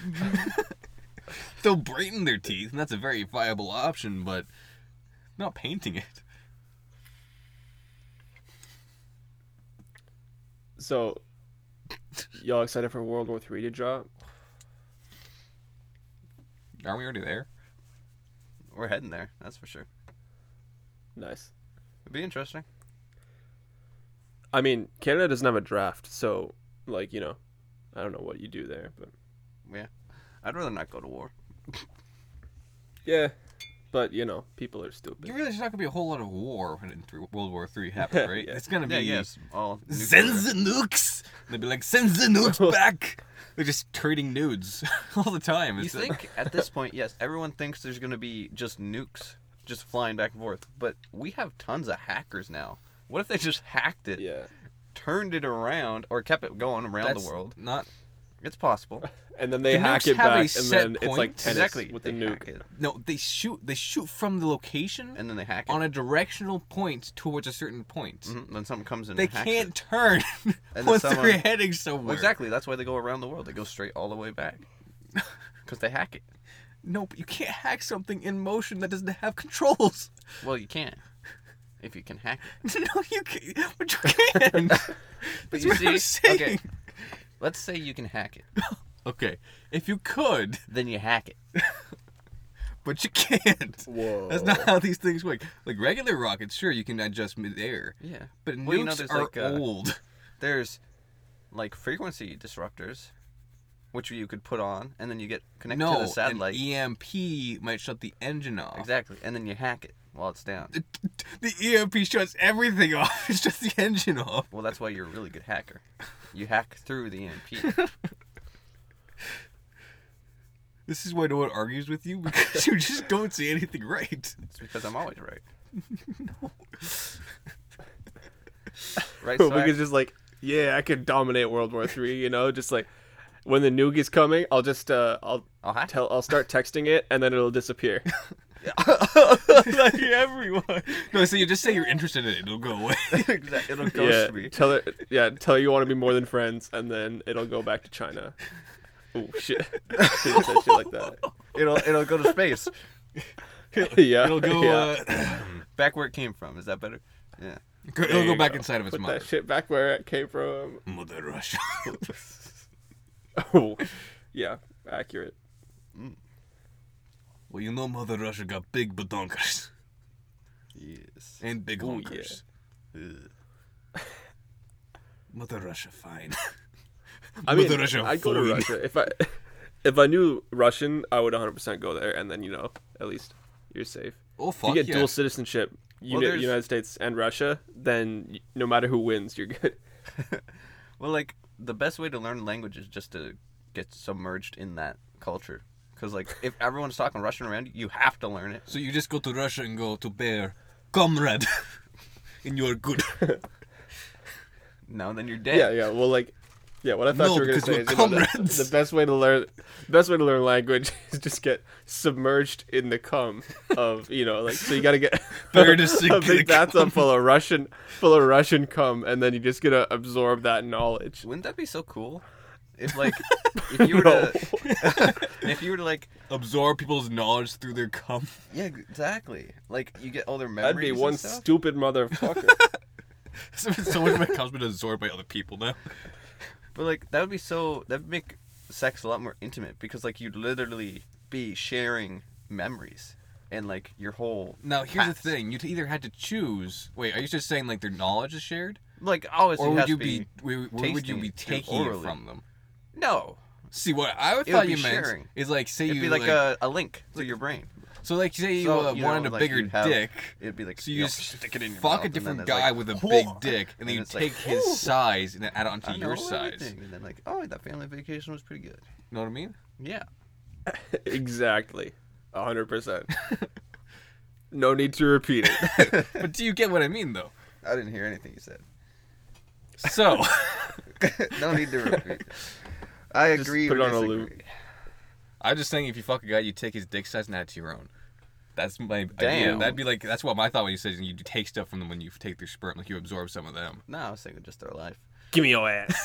They'll brighten their teeth, and that's a very viable option, but not painting it. So, y'all excited for World War Three to drop? Aren't we already there? We're heading there, that's for sure. Nice. It'd be interesting. I mean, Canada doesn't have a draft, so like you know, I don't know what you do there, but Yeah, I'd rather not go to war. yeah, but you know, people are You stupid. realize there's not gonna be a whole lot of war when in three, World War Three happens, right? Yeah. It's gonna be Yeah, yes, all send nuclear. the nukes. They'll be like, send the nukes back. They're just trading nudes all the time. You It's like- think at this point, yes, everyone thinks there's going to be just nukes just flying back and forth, but we have tons of hackers now. What if they just hacked it, Yeah, turned it around, or kept it going around that's the world? Not It's possible. and then they The hack nukes it have a back, and set then it's like point. tennis exactly. with they the nuke. hack it, no. They shoot. They shoot from the location and then they hack it. on a directional point towards a certain point. Mhm, Then someone comes in Mm-hmm. They and hacks can't it. turn then once they're someone- heading somewhere. Well, exactly. That's why they go around the world. They go straight all the way back. Because they hack it. No, but you can't hack something in motion that doesn't have controls. Well, you can't. If you can hack it. no, you can't. But you can. That's you what I'm see- okay. saying. Let's say you can hack it. Okay, if you could, Then you hack it. but you can't. Whoa. That's not how these things work. Like regular rockets, sure, you can adjust midair. Yeah. But Well, nukes you know, there's are like, uh, old. there's like frequency disruptors, which you could put on, and E then you get connected No, to the satellite. an EMP might shut the engine off. exactly, and then you hack it while it's down. The EMP shuts everything off. It's just the engine off. Well, that's why you're a really good hacker. You hack through the E EMP. This is why no one argues with you because you just don't see anything right. It's because I'm always right. Right, But so we I, could just like, yeah, I could dominate World War Three. You know, just like when the nuke is coming, I'll just uh, I'll I'll hack. tell, I'll start texting it, and then it'll disappear. like everyone. No, so you just say you're interested in it. It'll go away. Exact- It'll yeah, ghost me. tell it. Yeah, tell you want to be more than friends, and then it'll go back to China. Oh shit! Shit, you said shit like that. It'll it'll go to space, yeah, It'll go. yeah. Uh, back where it came from. Is that better? Yeah. go- There it'll go you back go. inside of its Put mother. that shit back where it came from. Mother Russia. Oh, yeah, accurate. well, you know, Mother Russia got big badonkers Yes. and big Ooh, yeah. honkers. Ugh. Mother Russia, fine. I mean, Mother Russia, I'd go to fine. Russia if I if I knew Russian. I would 100 percent go there, and then you know, at least you're safe. Oh If fuck you get yeah. dual citizenship, Well, Uni- there's- United States and Russia, then y- no matter who wins, you're good. Well, like the best way to learn a language is just to get submerged in that culture. Because like if everyone's talking Russian around you, you have to learn it. So you just go to Russia and go to bear, comrade, and you are good. No, then you're Yeah, dead. yeah. Well, like Yeah, what I thought No, you were gonna because say we're is you know, the, comrades. the best way to learn best way to learn language is just get submerged in the cum of you know like so you gotta get Better to sink a in the big bathtub full of Russian full of Russian cum and then you just gotta absorb that knowledge. Wouldn't that be so cool? If like if you were to if you were to like Absorb people's knowledge through their cum. yeah exactly like you get all their memories. That'd be one and stuff. stupid motherfucker. so so much of my cum's been absorbed by other people now. But like that would be so that would make sex a lot more intimate because like you'd literally be sharing memories and like your whole Now here's past. the thing: you either had to choose. Wait, are you just saying like their knowledge is shared, Like always, or it would has you to be, where, where would you tasting be it through taking it orally. from them? no? See, what I would It would thought be you meant sharing. is like say It'd you be like, a, a link to your brain. so like say you, So, uh, you know, wanted a like, bigger you'd have- dick. It'd be like So you know, just stick it in your mouth, and fuck a then different it's guy like, with a "Whoa." big dick, and And then you it's like, take his size and then add it onto I know your size. everything. And then like, oh, that family vacation was pretty good. You know what I mean? Yeah. exactly. hundred percent. No need to repeat it. But do you get what I mean though? I didn't hear anything you said. So no need to repeat. I Just agree. put or it on a loop. disagree. I'm just saying, if you fuck a guy, you take his dick size and add it to your own. That's my idea. Damn. That'd be like that's what my thought when you said you take stuff from them when you take their sperm, like you absorb some of them. No, I was thinking just their life. Give me your ass.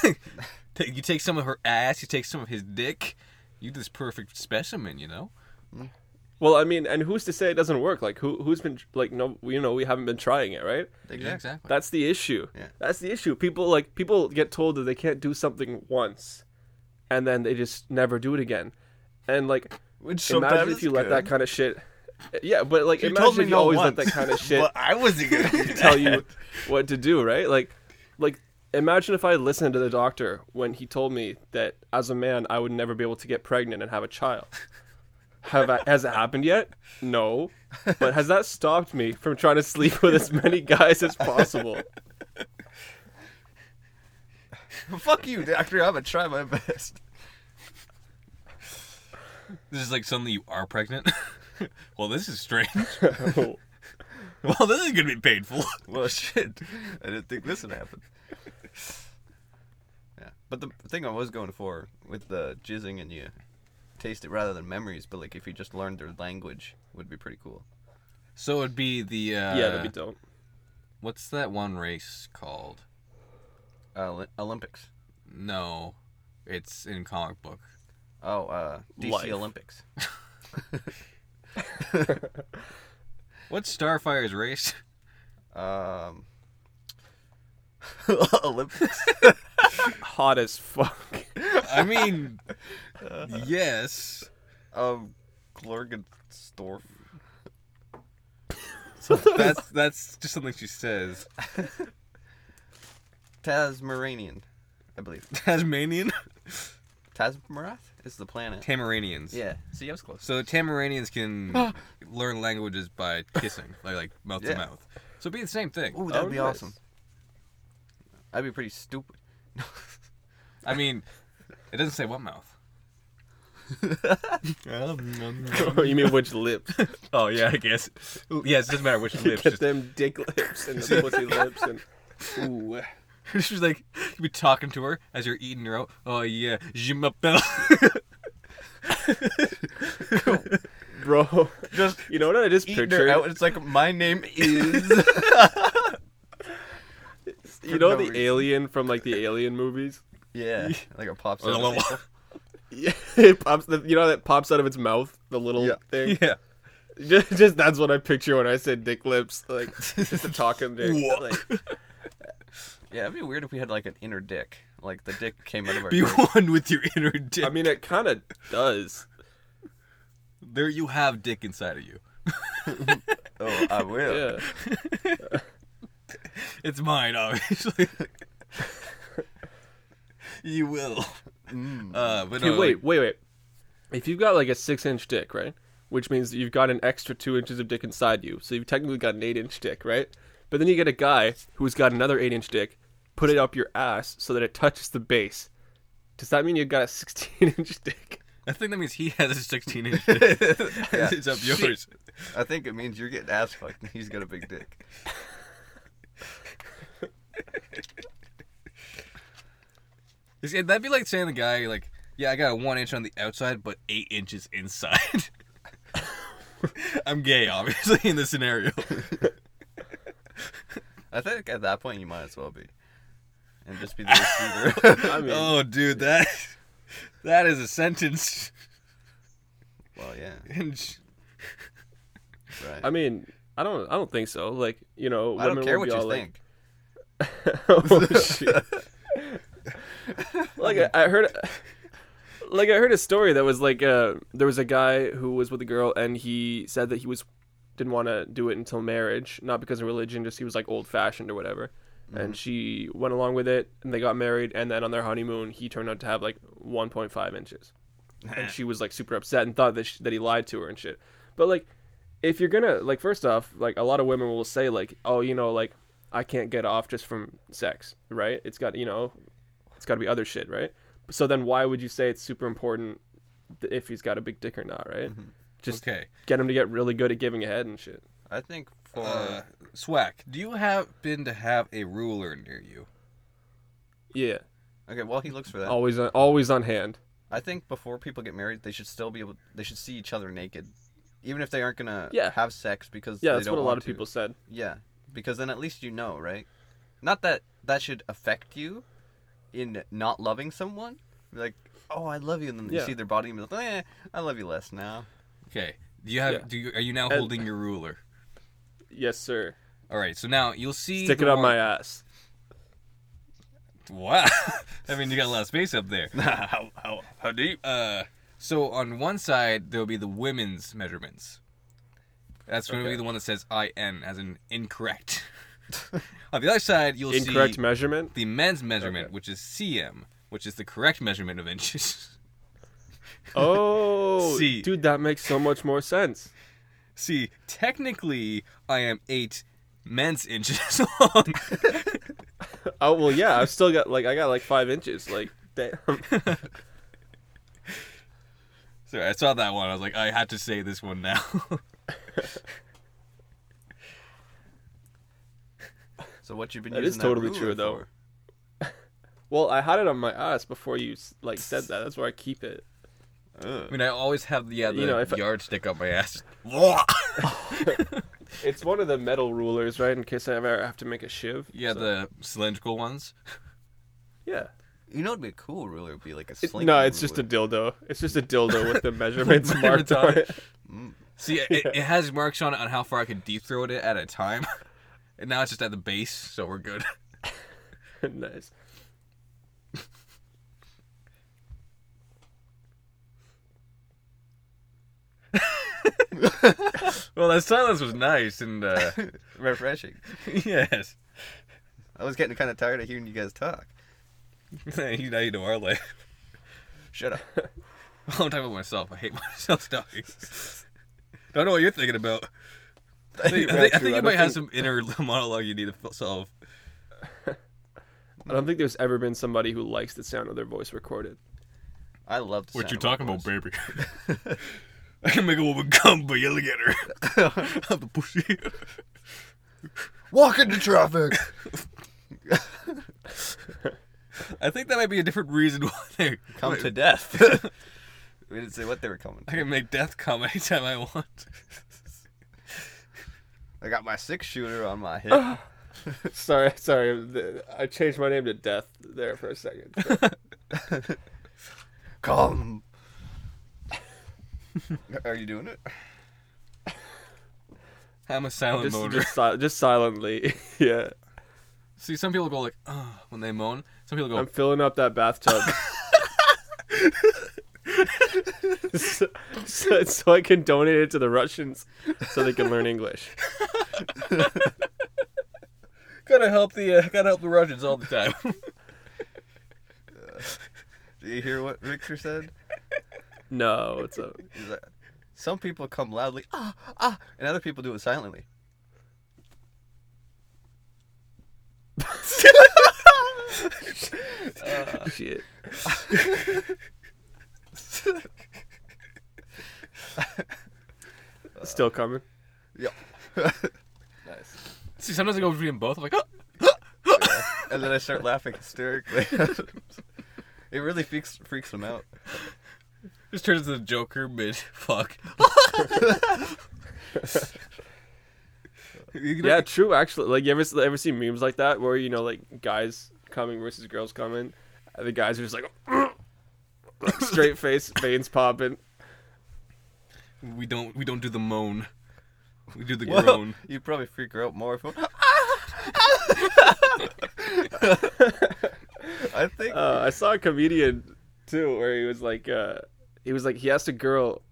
Ta- You take some of her ass, you take some of his dick. You this perfect specimen, you know. Well, I mean, and who's to say it doesn't work? Like who who's been like no you know, we haven't been trying it, right? Yeah, exactly. That's the issue. Yeah. That's the issue. People like people get told that they can't do something once, and then they just never do it again. And like, Which imagine if you let that kind of shit. Yeah, but like, You imagine told me if you no always once. let that kind of shit Well, I wasn't gonna do that. tell you what to do, right? Like, like imagine if I listened to the doctor when he told me that as a man I would never be able to get pregnant and have a child. Have I, has it happened yet? No, but has that stopped me from trying to sleep with as many guys as possible? Fuck you, doctor. I'm gonna try my best. This is like suddenly you are pregnant. well, this is strange. well, this is gonna be painful. Well, shit. I didn't think this would happen. Yeah, but the thing I was going for with the jizzing and you taste it rather than memories, but like if you just learned their language, would be pretty cool. so it'd be the uh, yeah, that'd be dope. what's that one race called? Uh, Oli- Olympics. No, it's in comic book. Oh, uh, DC Life. Olympics. What's Starfire's race? Um, Olympics. Hot as fuck. I mean, yes. Um, Glorgenstorf. That's that's just something she says. Tasmanian, I believe. Tasmanian, Tasmarath is the planet. Tamaranians. Yeah. See, I was close. So Tamaranians can learn languages by kissing, like like mouth Yeah. to mouth. So it'd be the same thing. Ooh, that'd Oh, be nice. awesome. I'd be pretty stupid. I mean, it doesn't say what mouth. you mean which lips? oh yeah, I guess. Yes, it doesn't matter which lips. Get Just, them dick lips and the pussy lips and ooh. she's like, you'd be talking to her as you're eating her out. Oh yeah, je m'appelle. Bro, Just you know what I just eating her pictured? out. and It's like my name is. You know no the reason. alien from like the alien movies? yeah, like a pop star. yeah. Yeah, it pops. The, you know that pops out of its mouth, the little Yeah. thing. Just, just that's what I picture when I said dick lips, like just a talking dick. Whoa. Like, Yeah, it'd be weird if we had like an inner dick. Like the dick came out of our. Be dick. one with your inner dick. I mean, it kind of does. there you have dick inside of you. Oh, I will. Yeah, It's mine, obviously. you will. Uh, but Hey, no, Mm. wait, like- wait, wait. If you've got like a six-inch dick, right, which means that you've got an extra two inches of dick inside you, so you've technically got an eight-inch dick, right? But then you get a guy who's got another eight-inch dick, put it up your ass so that it touches the base. Does that mean you've got a sixteen-inch dick? I think that means he has a 16 inch. it's up yours. I think it means you're getting ass fucked. and He's got a big dick. It's- it- That'd be like saying the guy like, yeah, I got a one inch on the outside, but eight inches inside. I'm gay, obviously, in this scenario. I think at that point you might as well be, and just be the receiver. I mean, oh, dude, that that is a sentence. well, yeah, And right. I mean, I don't, I don't think so. Like, you know, I don't women care would be what you all, like- think. oh shit! like I, I heard, like I heard a story that was like, uh, there was a guy who was with a girl, and he said that he was didn't want to do it until marriage, not because of religion, just he was like old fashioned or whatever. And she went along with it, and they got married, and then on their honeymoon, he turned out to have like 1.5 inches, and she was like super upset and thought that she, that he lied to her and shit. But like, if you're gonna like first off like a lot of women will say like oh you know like i can't get off just from sex right it's got you know it's got to be other shit right so then why would you say it's super important th- if he's got a big dick or not right just okay, get him to get really good at giving a head and shit I think for uh, Swack, do you happen to have a ruler near you? yeah okay, well he looks for that. always on, always on hand I think before people get married, they should still be able. They should see each other naked, even if they aren't gonna Yeah. have sex because yeah they that's don't what a lot want of to. people said Yeah, because then at least you know, right? Not that that should affect you in not loving someone. Like, oh, I love you, and then you Yeah. see their body and be like, eh, I love you less now. Okay, do you have? Yeah. Do you are you now And- holding your ruler? yes sir All right, so now you'll see. stick the it on one- my ass Wow. I mean, you got a lot of space up there. how, how, how deep? Uh, so on one side there'll be the women's measurements. That's going to be Okay. the one that says "in" as in incorrect. on the other side, you'll incorrect see measurement the men's measurement, Okay. which is cm, which is the correct measurement of inches. oh See. dude that makes so much more sense See, technically, I am eight men's inches long. oh well yeah i've still got like i got like five inches like damn Sorry, I saw that one. I was like, I had to say this one now. So what you've been That using is totally ruler true, though. for. Well, I had it on my ass before you s- like said that. That's where I keep it. I mean, I always have the, uh, the You know, if I- yardstick up my ass. It's one of the metal rulers, right? In case I ever have to make a shiv. yeah, so- the cylindrical ones. yeah. You know, it'd be a cool ruler. Would be like a It- slinky. no, it's just a ruler. dildo. It's just a dildo with the measurements marked Measurements on on it. See, it, it has marks on it on how far I can deep throat it at a time. And now it's just at the base, so we're good. nice. Well, that silence was nice, and uh, refreshing. yes, I was getting kind of tired of hearing you guys talk. you now you know our life. Shut up. I'm talking about myself. I hate myself talking. Don't know what you're thinking about. I think, Yeah, I think- I true. think I you don't might have think- some inner monologue you need to f- solve. I don't think there's ever been somebody who likes the sound of their voice recorded. I love. the sound of my voice. baby? I can make a woman come by yelling at her. I'm the pussy. Walk into traffic. I think that might be a different reason why they Come wait, to death. we didn't say what they were coming. I can make death come anytime I want. I got my six shooter on my Ah. hip. sorry, sorry. th- I changed my name to Death there for a second. Come. Are you doing it? I'm a silent just, moaner. just, si- just silently. yeah. See, some people go like, oh, when they moan. Some people go, I'm filling up that bathtub. so, so, so I can donate it to the Russians so they can learn English. gotta help the, uh, gotta help the Russians all the time. Do you hear what Victor said? No, it's a He's like, Some people come loudly, ah, ah, and other people do it silently. Uh, shit. Still coming. Yep. Nice. See, sometimes I go between both. I'm like, oh. and then I start laughing hysterically. It really freaks freaks them out. Just turns into the Joker mid fuck. You know- Yeah, true. Actually, like you ever s- ever see memes like that where you know like guys coming versus girls coming, and the guys are just like, like, straight face, veins popping. We don't we don't do the moan. We do the Whoa, groan. You'd probably freak her out more if. "Ah!" I think. Uh, I saw a comedian too where he was like, uh, he was like he asked a girl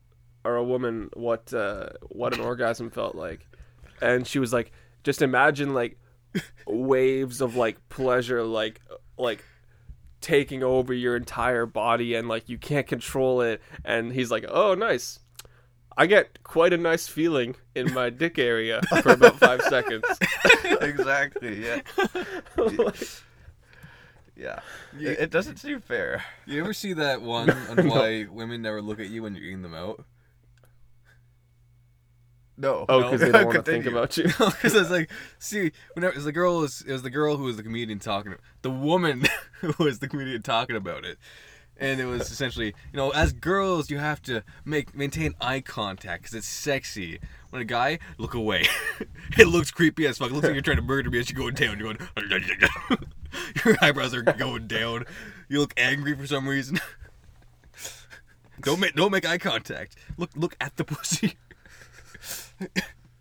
or a woman what uh, what an orgasm felt like, and she was like, just imagine like waves of like pleasure, like like taking over your entire body and like you can't control it. And he's like, oh nice. I get quite a nice feeling in my dick area for about five seconds. exactly. Yeah. Like, Yeah. It, it doesn't seem fair. You ever see that one on why women never look at you when you're eating them out? No. oh, because they don't want to think Continue. about you. Because it's like, see, whenever it was the girl was it was the girl who was the comedian talking, the woman who was the comedian talking about it, and it was essentially, you know, as girls you have to make maintain eye contact because it's sexy. When a guy look away, it looks creepy as fuck. It looks like you're trying to murder me as you're going down. You're going, your eyebrows are going down. You look angry for some reason. don't make don't make eye contact. Look look at the pussy.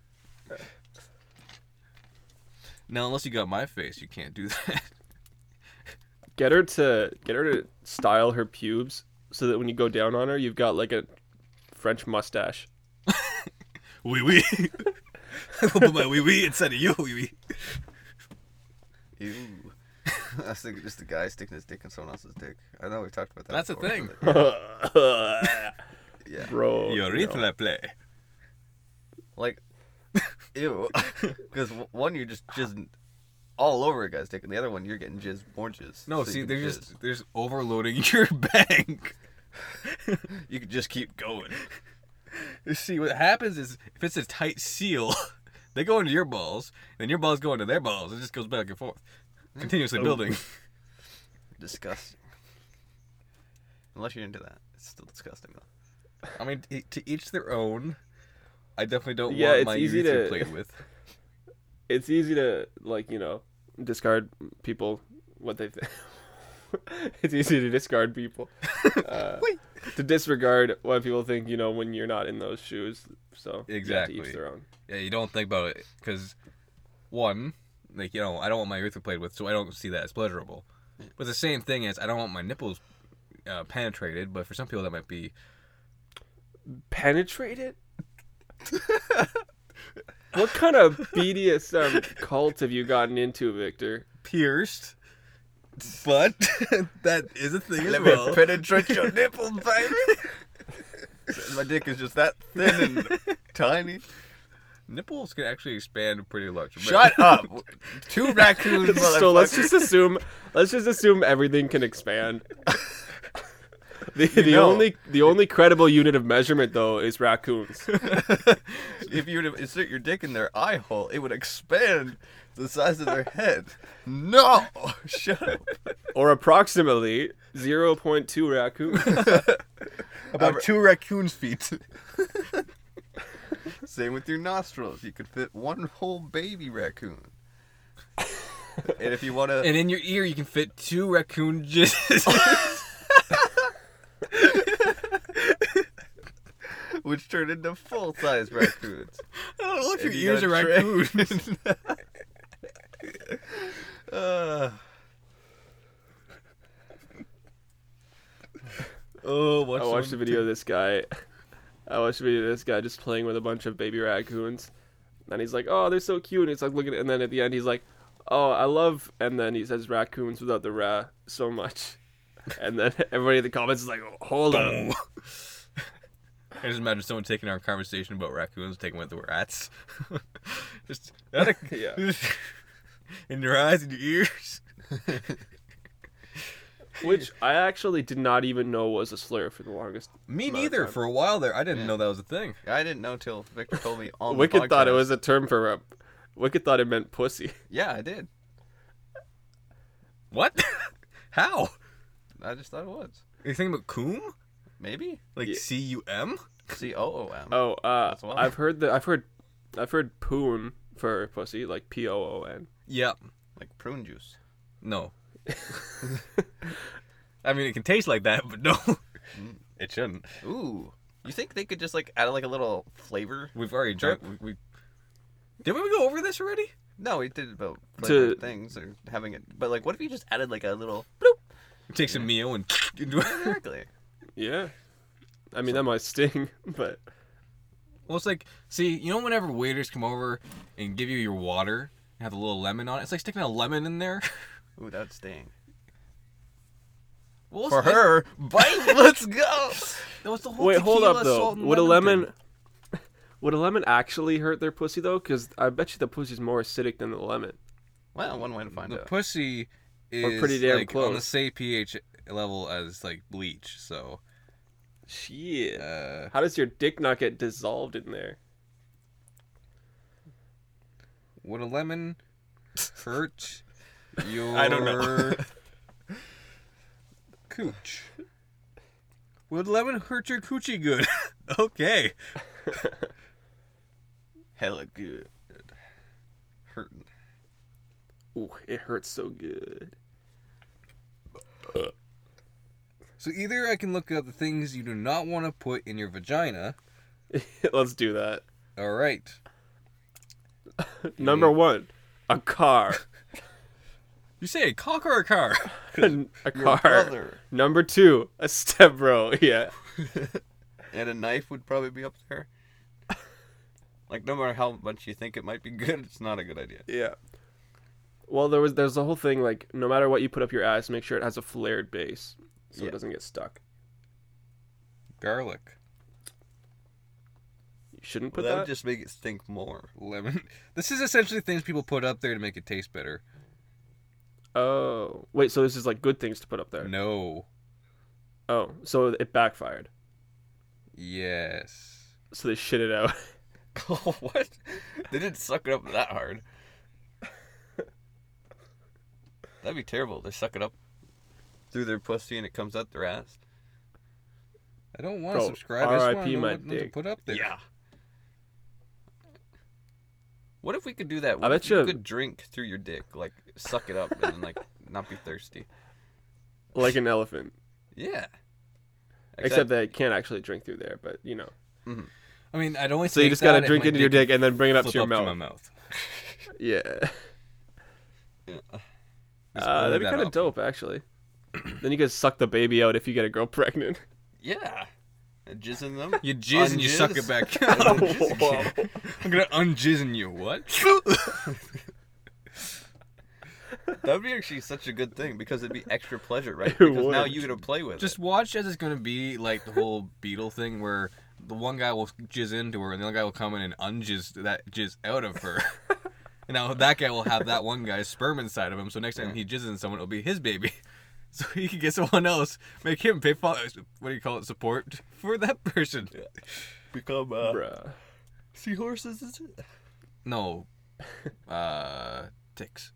Now, unless you got my face, you can't do that. get her to get her to style her pubes so that when you go down on her, you've got like a French mustache. Wee wee. I'll put my wee wee instead of your wee wee. Ew. I was thinking just the guy sticking his dick in someone else's dick. I know we talked about that. That's a Oh, before, thing. but, Bro, Yeah. oh, no. play. Like, ew. Because one you're just jizzing all over a guy's dick, and the other one you're getting jizz more jizz. No, So you see, can they're jizz. just there's overloading your bank. you can just keep going. You see, what happens is if it's a tight seal, they go into your balls, and your balls go into their balls. It just goes back and forth, continuously building. Disgusting. Unless you're into that, it's still disgusting though. I mean, e- to each their own. I definitely don't Yeah, want it's my easy urethra to- played with. It's easy to like you know discard people what they think. it's easy to discard people. Uh, Wait. to disregard what people think, you know, when you're not in those shoes. So yeah, Exactly. to each their own. Yeah, you don't think about it because one, like you know, I don't want my urethra played with, so I don't see that as pleasurable. But the same thing as I don't want my nipples uh, penetrated. But for some people, that might be Penetrate it. what kind of BDSM cult have you gotten into, Victor? pierced. But that is a thing as Let well. me penetrate your nipples, baby. my dick is just that thin and tiny. Nipples can actually expand pretty large. Shut up. Two raccoons. so let's just assume let's just assume everything can expand. The, the know. only the only credible unit of measurement though is raccoons. if you were to insert your dick in their eye hole, it would expand the size of their head. No! Shut up. or approximately 0.2 raccoons. About two raccoon's feet. Same with your nostrils. You could fit one whole baby raccoon. and if you want to. And in your ear, you can fit two raccoon jizzes. Which turn into full size raccoons. I don't know if And you your ears are got a tray. raccoons. Uh, oh, watch I watched a video of this guy. I watched a video of this guy just playing with a bunch of baby raccoons. And he's like, "Oh, they're so cute." And he's like looking and then at the end he's like, "Oh, I love." And then he says raccoons without the ra so much. And then everybody in the comments is like, "Hold on." I just imagine someone taking our conversation about raccoons, taking with the rats. just that, Yeah. in your eyes and your ears. Which I actually did not even know was a slur for the longest. Me amount of neither. time. For a while there, I didn't know that was a thing. I didn't know till Victor told me on the Wicked thought it podcast. was a term for a. Wicked thought it meant pussy. Yeah, I did. What? How? I just thought it was. you thinking about coom? Maybe Like Yeah. C U M? C O O M. Oh, uh, That's wild. I've heard that. I've heard, I've heard poon for pussy, like P O O N. Yep. Like prune juice. No. I mean, it can taste like that, but no. It shouldn't. Ooh. You think they could just like add like a little flavor? We've already drunk. We, we did we go over this already? No, we did about To- flavored things or having it. But like, what if you just added like a little bloop? Take some meal and into it. Exactly. Yeah, I mean that might sting, but well, it's like see, you know, whenever waiters come over and give you your water and have a little lemon on it, it's like sticking a lemon in there. Ooh, that would sting. Well, For her, bite. Let's go. that was the whole wait, hold up tequila, though. salt, and Would a thing. lemon, would a lemon actually hurt their pussy though? Because I bet you the pussy's more acidic than the lemon. Well, one way to find the out. pussy is pretty damn like on the close. same pH level as like bleach. So Shit. uh, How does your dick not get dissolved in there? would a lemon hurt your? I don't know. cooch. Would lemon hurt your coochie good? okay. Hella good. Hurting. Ooh, it hurts so good. So either I can look up the things you do not want to put in your vagina. Let's do that. All right. Number one, a car. You say a cock or a car? a Your car. brother. Number two, a step bro. Yeah. And a knife would probably be up there. Like no matter how much you think it might be good, it's not a good idea. Yeah. Well, there was there's the whole thing like no matter what you put up your ass, make sure it has a flared base so Yeah. it doesn't get stuck. Garlic, You shouldn't But put that that. would just make it stink more. lemon. This is essentially things people put up there to make it taste better. Oh, wait. So this is like good things to put up there. No. Oh, so it backfired. Yes. So they shit it out. Oh, what? They didn't suck it up that hard. That'd be terrible. They suck it up through their pussy and it comes out their ass. I don't want to Bro, subscribe. I just want RIP to know my what to dick. put up there. What if we could do that? I What if bet you, you- could drink through your dick, like suck it up and then like not be thirsty. like an elephant. Yeah. Except that it can't actually drink through there, but you know. I mean, I'd only So you take just that gotta if drink it my into your dick and then bring it up to flip your up mouth. my mouth. Yeah. Yeah. Just Uh, open that'd be that kind of up. dope, actually. then you could suck the baby out if you get a girl pregnant. Yeah. And jizz in them. You jizz and you suck it Unjizz. back. And I'm then jizz again. gonna unjizz in you. What? That would be actually such a good thing because it'd be extra pleasure, right? It Because now would. you get to play with Just it. watch as it's gonna be like the whole beetle thing where the one guy will jizz into her and the other guy will come in and unjizz that jizz out of her. and now that guy will have that one guy's sperm inside of him, so next time he jizzes in someone, it'll be his baby. So he can get someone else, make him pay for what do you call it, support for that person. become uh, Bruh. seahorses is it? No, uh, ticks.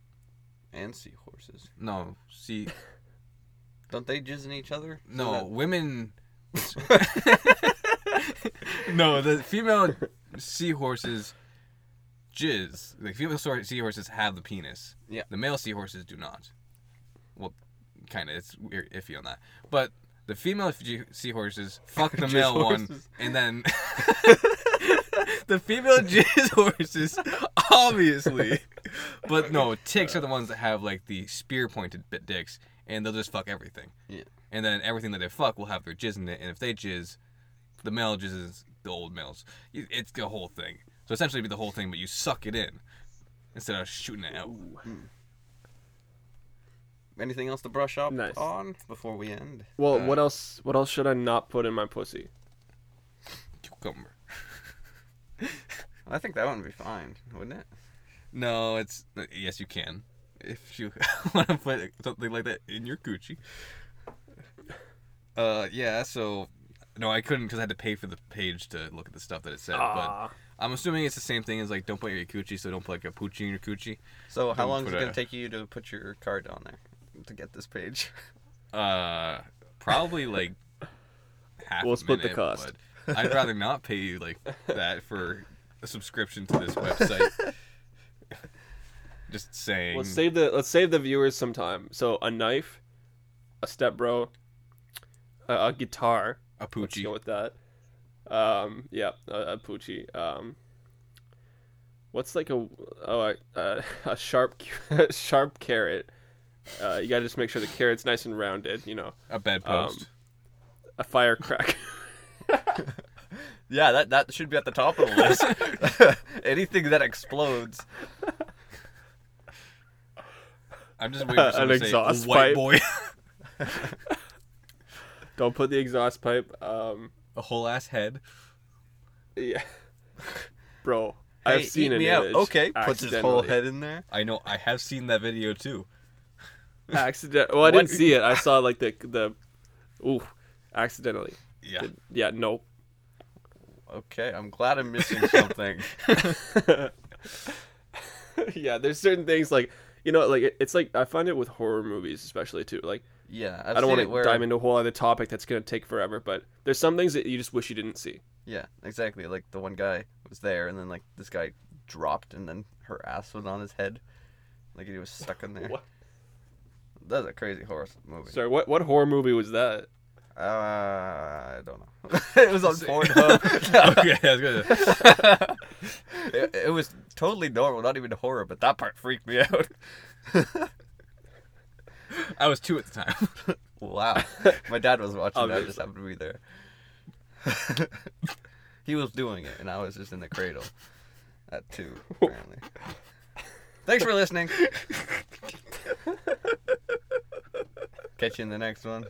and seahorses. No, see, Don't they jizz in each other? So no, that- women. no, the female seahorses jizz. The female sor- seahorses have the penis. Yeah. The male seahorses do not. Well, kind of. It's weird, iffy on that. But the female g- seahorses fuck the Jizz male one, horses. and then the female jizz horses, obviously. But no, ticks are the ones that have like the spear-pointed bit dicks, and they'll just fuck everything. Yeah. And then everything that they fuck will have their jizz in it, and if they jizz, the male jizzes the old males. Y- It's the whole thing. So essentially, it'd be the whole thing, but you suck it in instead of shooting it out. Anything else to brush up Nice. on before we end? Well, what else? What else should I not put in my pussy? Cucumber. I think that one would be fine, wouldn't it? No, it's yes, you can if you want to put something like that in your coochie. Uh, yeah. So, no, I couldn't because I had to pay for the page to look at the stuff that it said. Ah. But I'm assuming it's the same thing as like don't put your coochie, so don't put like a poochie in your coochie. So how Don't long is put it a- gonna take you to put your card on there to get this page? Uh, probably like half. We'll a split the minute, cost. but I'd rather not pay you like that for a subscription to this website. Just saying. Let's save the let's save the viewers some time. So a knife, a step bro, a, a guitar. a Let's go poochie. with that. Um, yeah, a, a poochie. Um, what's like a oh a, a, a sharp a sharp carrot. Uh, you gotta just make sure the carrot's nice and rounded. You know, A Um, bedpost. a firecracker. Yeah, that that should be at the top of the list. Anything that explodes. I'm just waiting for an someone to say exhaust pipe. white boy. Don't put the exhaust pipe. Um, a whole ass head. yeah, bro. Hey, I've seen eat an me out. image. Okay, puts his whole accidentally. head in there. I know. I have seen that video too. Accident. Well, I didn't see it. I saw like the the, ooh, accidentally. Yeah. Yeah, nope. Okay, I'm glad I'm missing something. yeah, there's certain things like you know, like it- it's like I find it with horror movies especially too. Like yeah, I've I've I do not seen want it to where, dive into a whole other topic that's gonna take forever, but there's some things that you just wish you didn't see. Yeah, exactly. Like the one guy was there, and then like this guy dropped, and then her ass was on his head, like he was stuck in there. What? That's a crazy horror movie. Sorry, what what horror movie was that? Uh, I don't know. it was on Pornhub. okay. I was gonna. it, it was totally normal, not even horror, but that part freaked me out. I was two at the time. Wow. My dad was watching that. I just Obviously. happened to be there. he was doing it, and I was just in the cradle at two, apparently. Thanks for listening. Catch you in the next one.